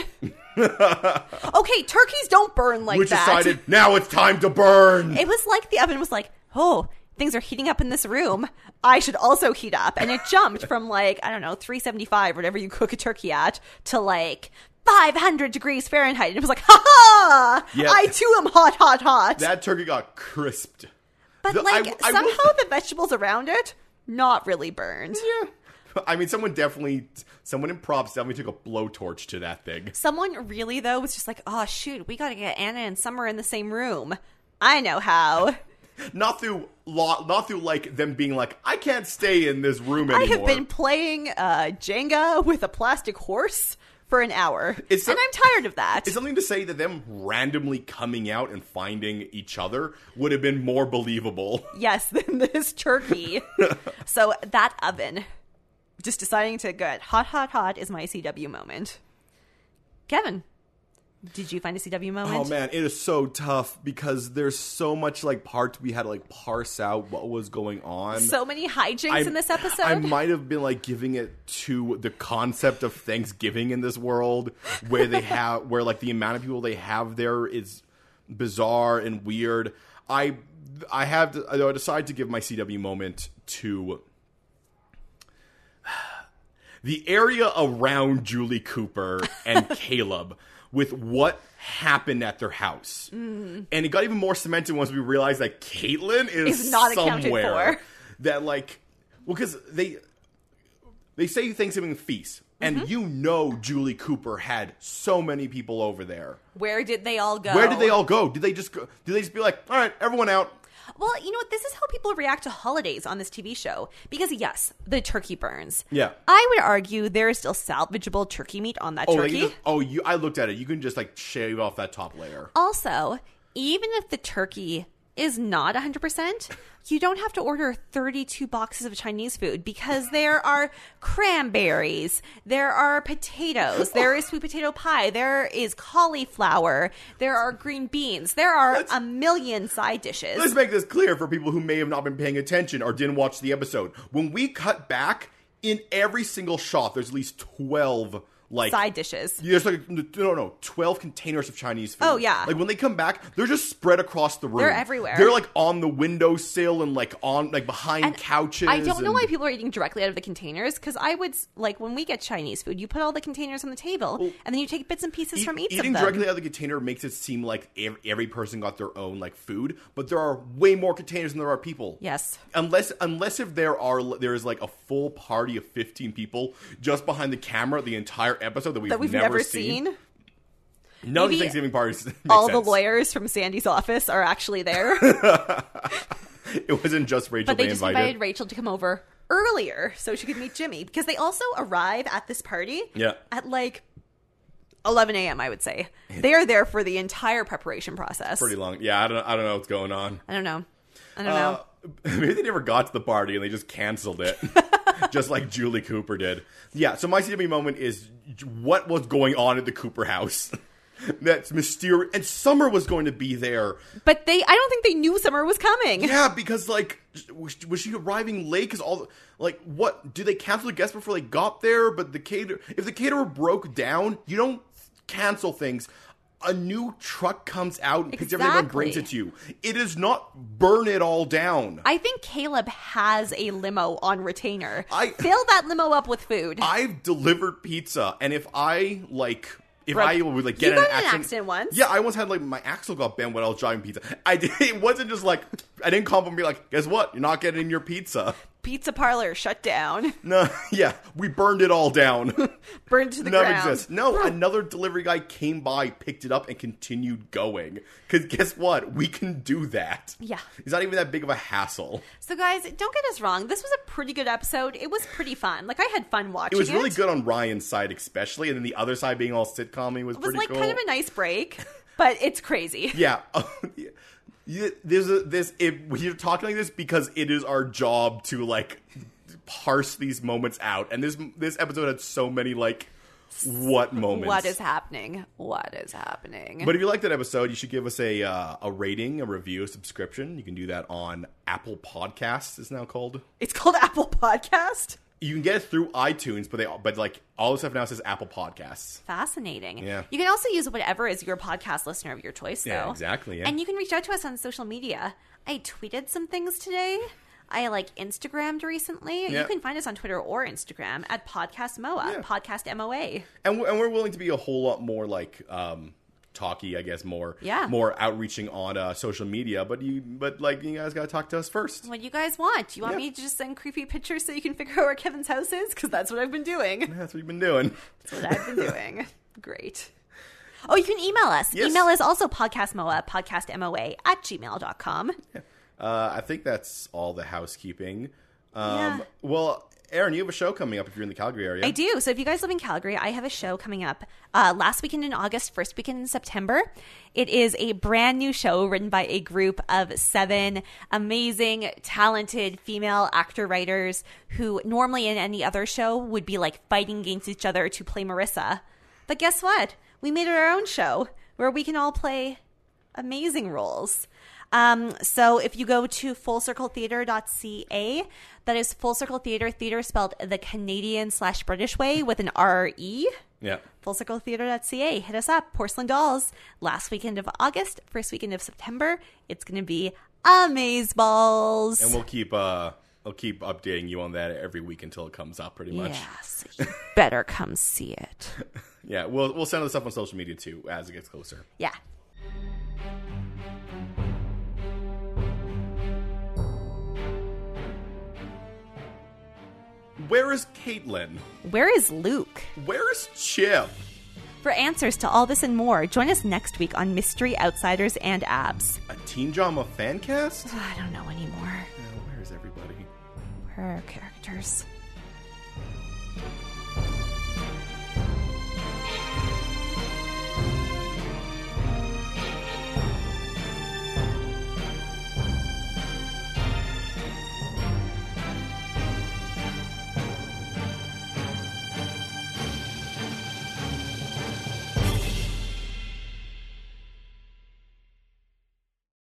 B: okay, turkeys don't burn like
A: Which
B: that.
A: decided now it's time to burn.
B: It was like the oven was like, oh, things are heating up in this room. I should also heat up. And it jumped from like, I don't know, 375, whatever you cook a turkey at, to like 500 degrees Fahrenheit. And it was like, ha ha!
A: Yeah.
B: I too am hot, hot, hot.
A: that turkey got crisped.
B: But
A: The- I-
B: like
A: I will-
B: somehow the vegetables around it not really burned.
A: I mean, someone definitely, someone in props definitely took a blowtorch to that thing.
B: Someone really though was just like, "Oh shoot, we got to get Anna and Summer in the same room." I know how.
A: Not through law, not through like them being like, I can't stay in this room
B: I
A: anymore.
B: have been playing uh, Jenga with a plastic horse for an hour,
A: It's so-
B: and I'm tired of that.
A: It's something to say that them randomly coming out and finding each other would have been more believable.
B: yes, than this turkey. so that oven, just deciding to get hot, hot, hot is my CW moment. Kevin, did you find a CW moment?
A: Oh man, it is so tough because there's so much like parts we had to like parse out what was going on.
B: So many hijinks
A: I-
B: in this episode.
A: I might have been like giving it to the concept of Thanksgiving in this world, where they have where like the amount of people they have there is bizarre and weird. I I have to, I decide to give my CW moment to the area around Julie Cooper and Caleb with what happened at their house.
B: Mm.
A: And it got even more cemented once we realized that Caitlin is
B: Is not accounted
A: somewhere
B: for.
A: that like well because they they say Thanksgiving feast
B: Mm-hmm.
A: and you know Julie Cooper had so many people over there.
B: Where did they all go?
A: Where did they all go? Did they just go? Did they just be like, all right, everyone out?
B: Well, you know what? This is how people react to holidays on this TV show. Because, yes, the turkey burns.
A: Yeah.
B: I would argue there is still salvageable turkey meat on that
A: Oh, like,
B: turkey.
A: you just- oh, you. I looked at it. You can just like shave off that top layer.
B: Also, even if the turkey is not 100%, you don't have to order 32 boxes of Chinese food because there are cranberries, there are potatoes, there is sweet potato pie, there is cauliflower, there are green beans, there are a million side dishes.
A: Let's make this clear for people who may have not been paying attention or didn't watch the episode. When we cut back, in every single shot, there's at least 12 like
B: side dishes.
A: Yeah, there's like no, no, twelve containers of Chinese food.
B: Oh, yeah.
A: like when they come back, they're just spread across the room.
B: They're everywhere.
A: They're like on the windowsill and like on like behind
B: And
A: couches.
B: I don't know
A: and-
B: why people are eating directly out of the containers because I would s- like when we get Chinese food, you put all the containers on the table and then you take bits and pieces
A: Eat-
B: from each
A: eating
B: of them.
A: directly out of the container makes it seem like ev- every person got their own like food, but there are way more containers than there are people.
B: Yes.
A: Unless unless if there are there is like a full party of 15 people just behind the camera the entire episode that we've,
B: that we've never, seen.
A: None of the
B: Maybe
A: Thanksgiving parties make
B: All the
A: sense.
B: lawyers from Sandy's office are actually there,
A: It wasn't just Rachel
B: but
A: they,
B: they just
A: invited.
B: invited Rachel to come over earlier so she could meet Jimmy because they also arrive at this party
A: Yeah.
B: at like 11 a.m. I would say they are there for the entire preparation process.
A: Pretty long. Yeah, I don't I don't know what's going on.
B: I don't know. I don't know.
A: Uh, maybe they never got to the party and they just canceled it, just like Julie Cooper did. Yeah. So my CW moment is what was going on at the Cooper house. That's mysterious. And Summer was going to be there.
B: But they, I don't think they knew summer was coming.
A: Yeah, because like, was was she arriving late? Because all the- like, what do they cancel the guests before they got there? But the cater if the caterer broke down, you don't cancel things. A new truck comes out and picks everything up and brings it to
B: Exactly.
A: you. It is not burn it all down.
B: I think Caleb has a limo on retainer.
A: I-
B: fill that limo up with food.
A: I've delivered pizza, and if I like, if
B: Right.
A: I would like get
B: You
A: in
B: got in an accident once.
A: yeah, I once had like my axle got bent when I was driving pizza. I did, it wasn't just like I didn't call up and be like, guess what, you're not getting your pizza.
B: Pizza parlor shut down,
A: No, yeah, we burned it all down.
B: burned to the
A: None
B: ground.
A: exists. No, another delivery guy came by, picked it up, and continued going. Because guess what, we can do that.
B: Yeah.
A: it's not even that big of a hassle.
B: So guys, don't get us wrong. This was a pretty good episode. It was pretty fun. Like I had fun watching.
A: It was really
B: It
A: good on Ryan's side, especially, and then the other side being all sitcom was,
B: It was
A: pretty
B: like
A: cool.
B: kind of a nice break, but it's crazy.
A: Yeah. Yeah, There's a, this if we're talking like this because it is our job to like parse these moments out, and this this episode had so many like what moments.
B: What is happening? What is happening?
A: But if you like that episode, you should give us a uh, a rating, a review, a subscription. You can do that on Apple Podcasts. It's now called.
B: it's called Apple Podcast.
A: You can get it through iTunes, but they but like all the stuff now says Apple Podcasts.
B: Fascinating.
A: Yeah.
B: You can also use whatever is your podcast listener of your choice, though.
A: Yeah, exactly, yeah.
B: And you can reach out to us on social media. I tweeted some things today. I like Instagrammed recently.
A: Yeah.
B: You can find us on Twitter or Instagram at Podcast MOA,
A: Yeah.
B: Podcast MOA.
A: and we're, and we're willing to be a whole lot more like um talky i guess more
B: Yeah.
A: more outreaching on uh social media but you but like you guys gotta talk to us first
B: What do you guys want? You want
A: Yeah.
B: me to just send creepy pictures so you can figure out where Kevin's house is? Because that's what I've been doing.
A: that's what you've been doing
B: That's what I've been doing. Great. Oh, you can email us.
A: Yes.
B: Email is also podcastmoa, podcastmoa at gmail.com.
A: uh i think that's all the housekeeping um
B: Yeah.
A: well aaron you have a show coming up if you're in the calgary area
B: I do. So if you guys live in Calgary, I have a show coming up uh, last weekend in August, first weekend in September. It is a brand new show written by a group of seven amazing, talented female actor writers who normally in any other show would be like fighting against each other to play Marissa. But guess what? We made it our own show where we can all play amazing roles. Um, so if you go to fullcircletheater.ca, that is Full Circle Theater, theater spelled the Canadian slash British way with an R-E.
A: yeah
B: Fullcircletheater.ca. Hit us up. Porcelain Dolls. Last weekend of August, first weekend of September. It's going to be amazeballs.
A: and we'll keep uh i'll keep updating you on that every week until it comes out pretty much
B: Yes. You better come see it.
A: yeah we'll we'll send this up on social media too as it gets closer
B: Yeah.
A: where is caitlin
B: Where is Luke?
A: where is chip
B: For answers to all this and more, join us next week on Mystery Outsiders and Abs.
A: a teen drama fan cast
B: I don't know anymore.
A: Now, where is everybody
B: Where are our characters?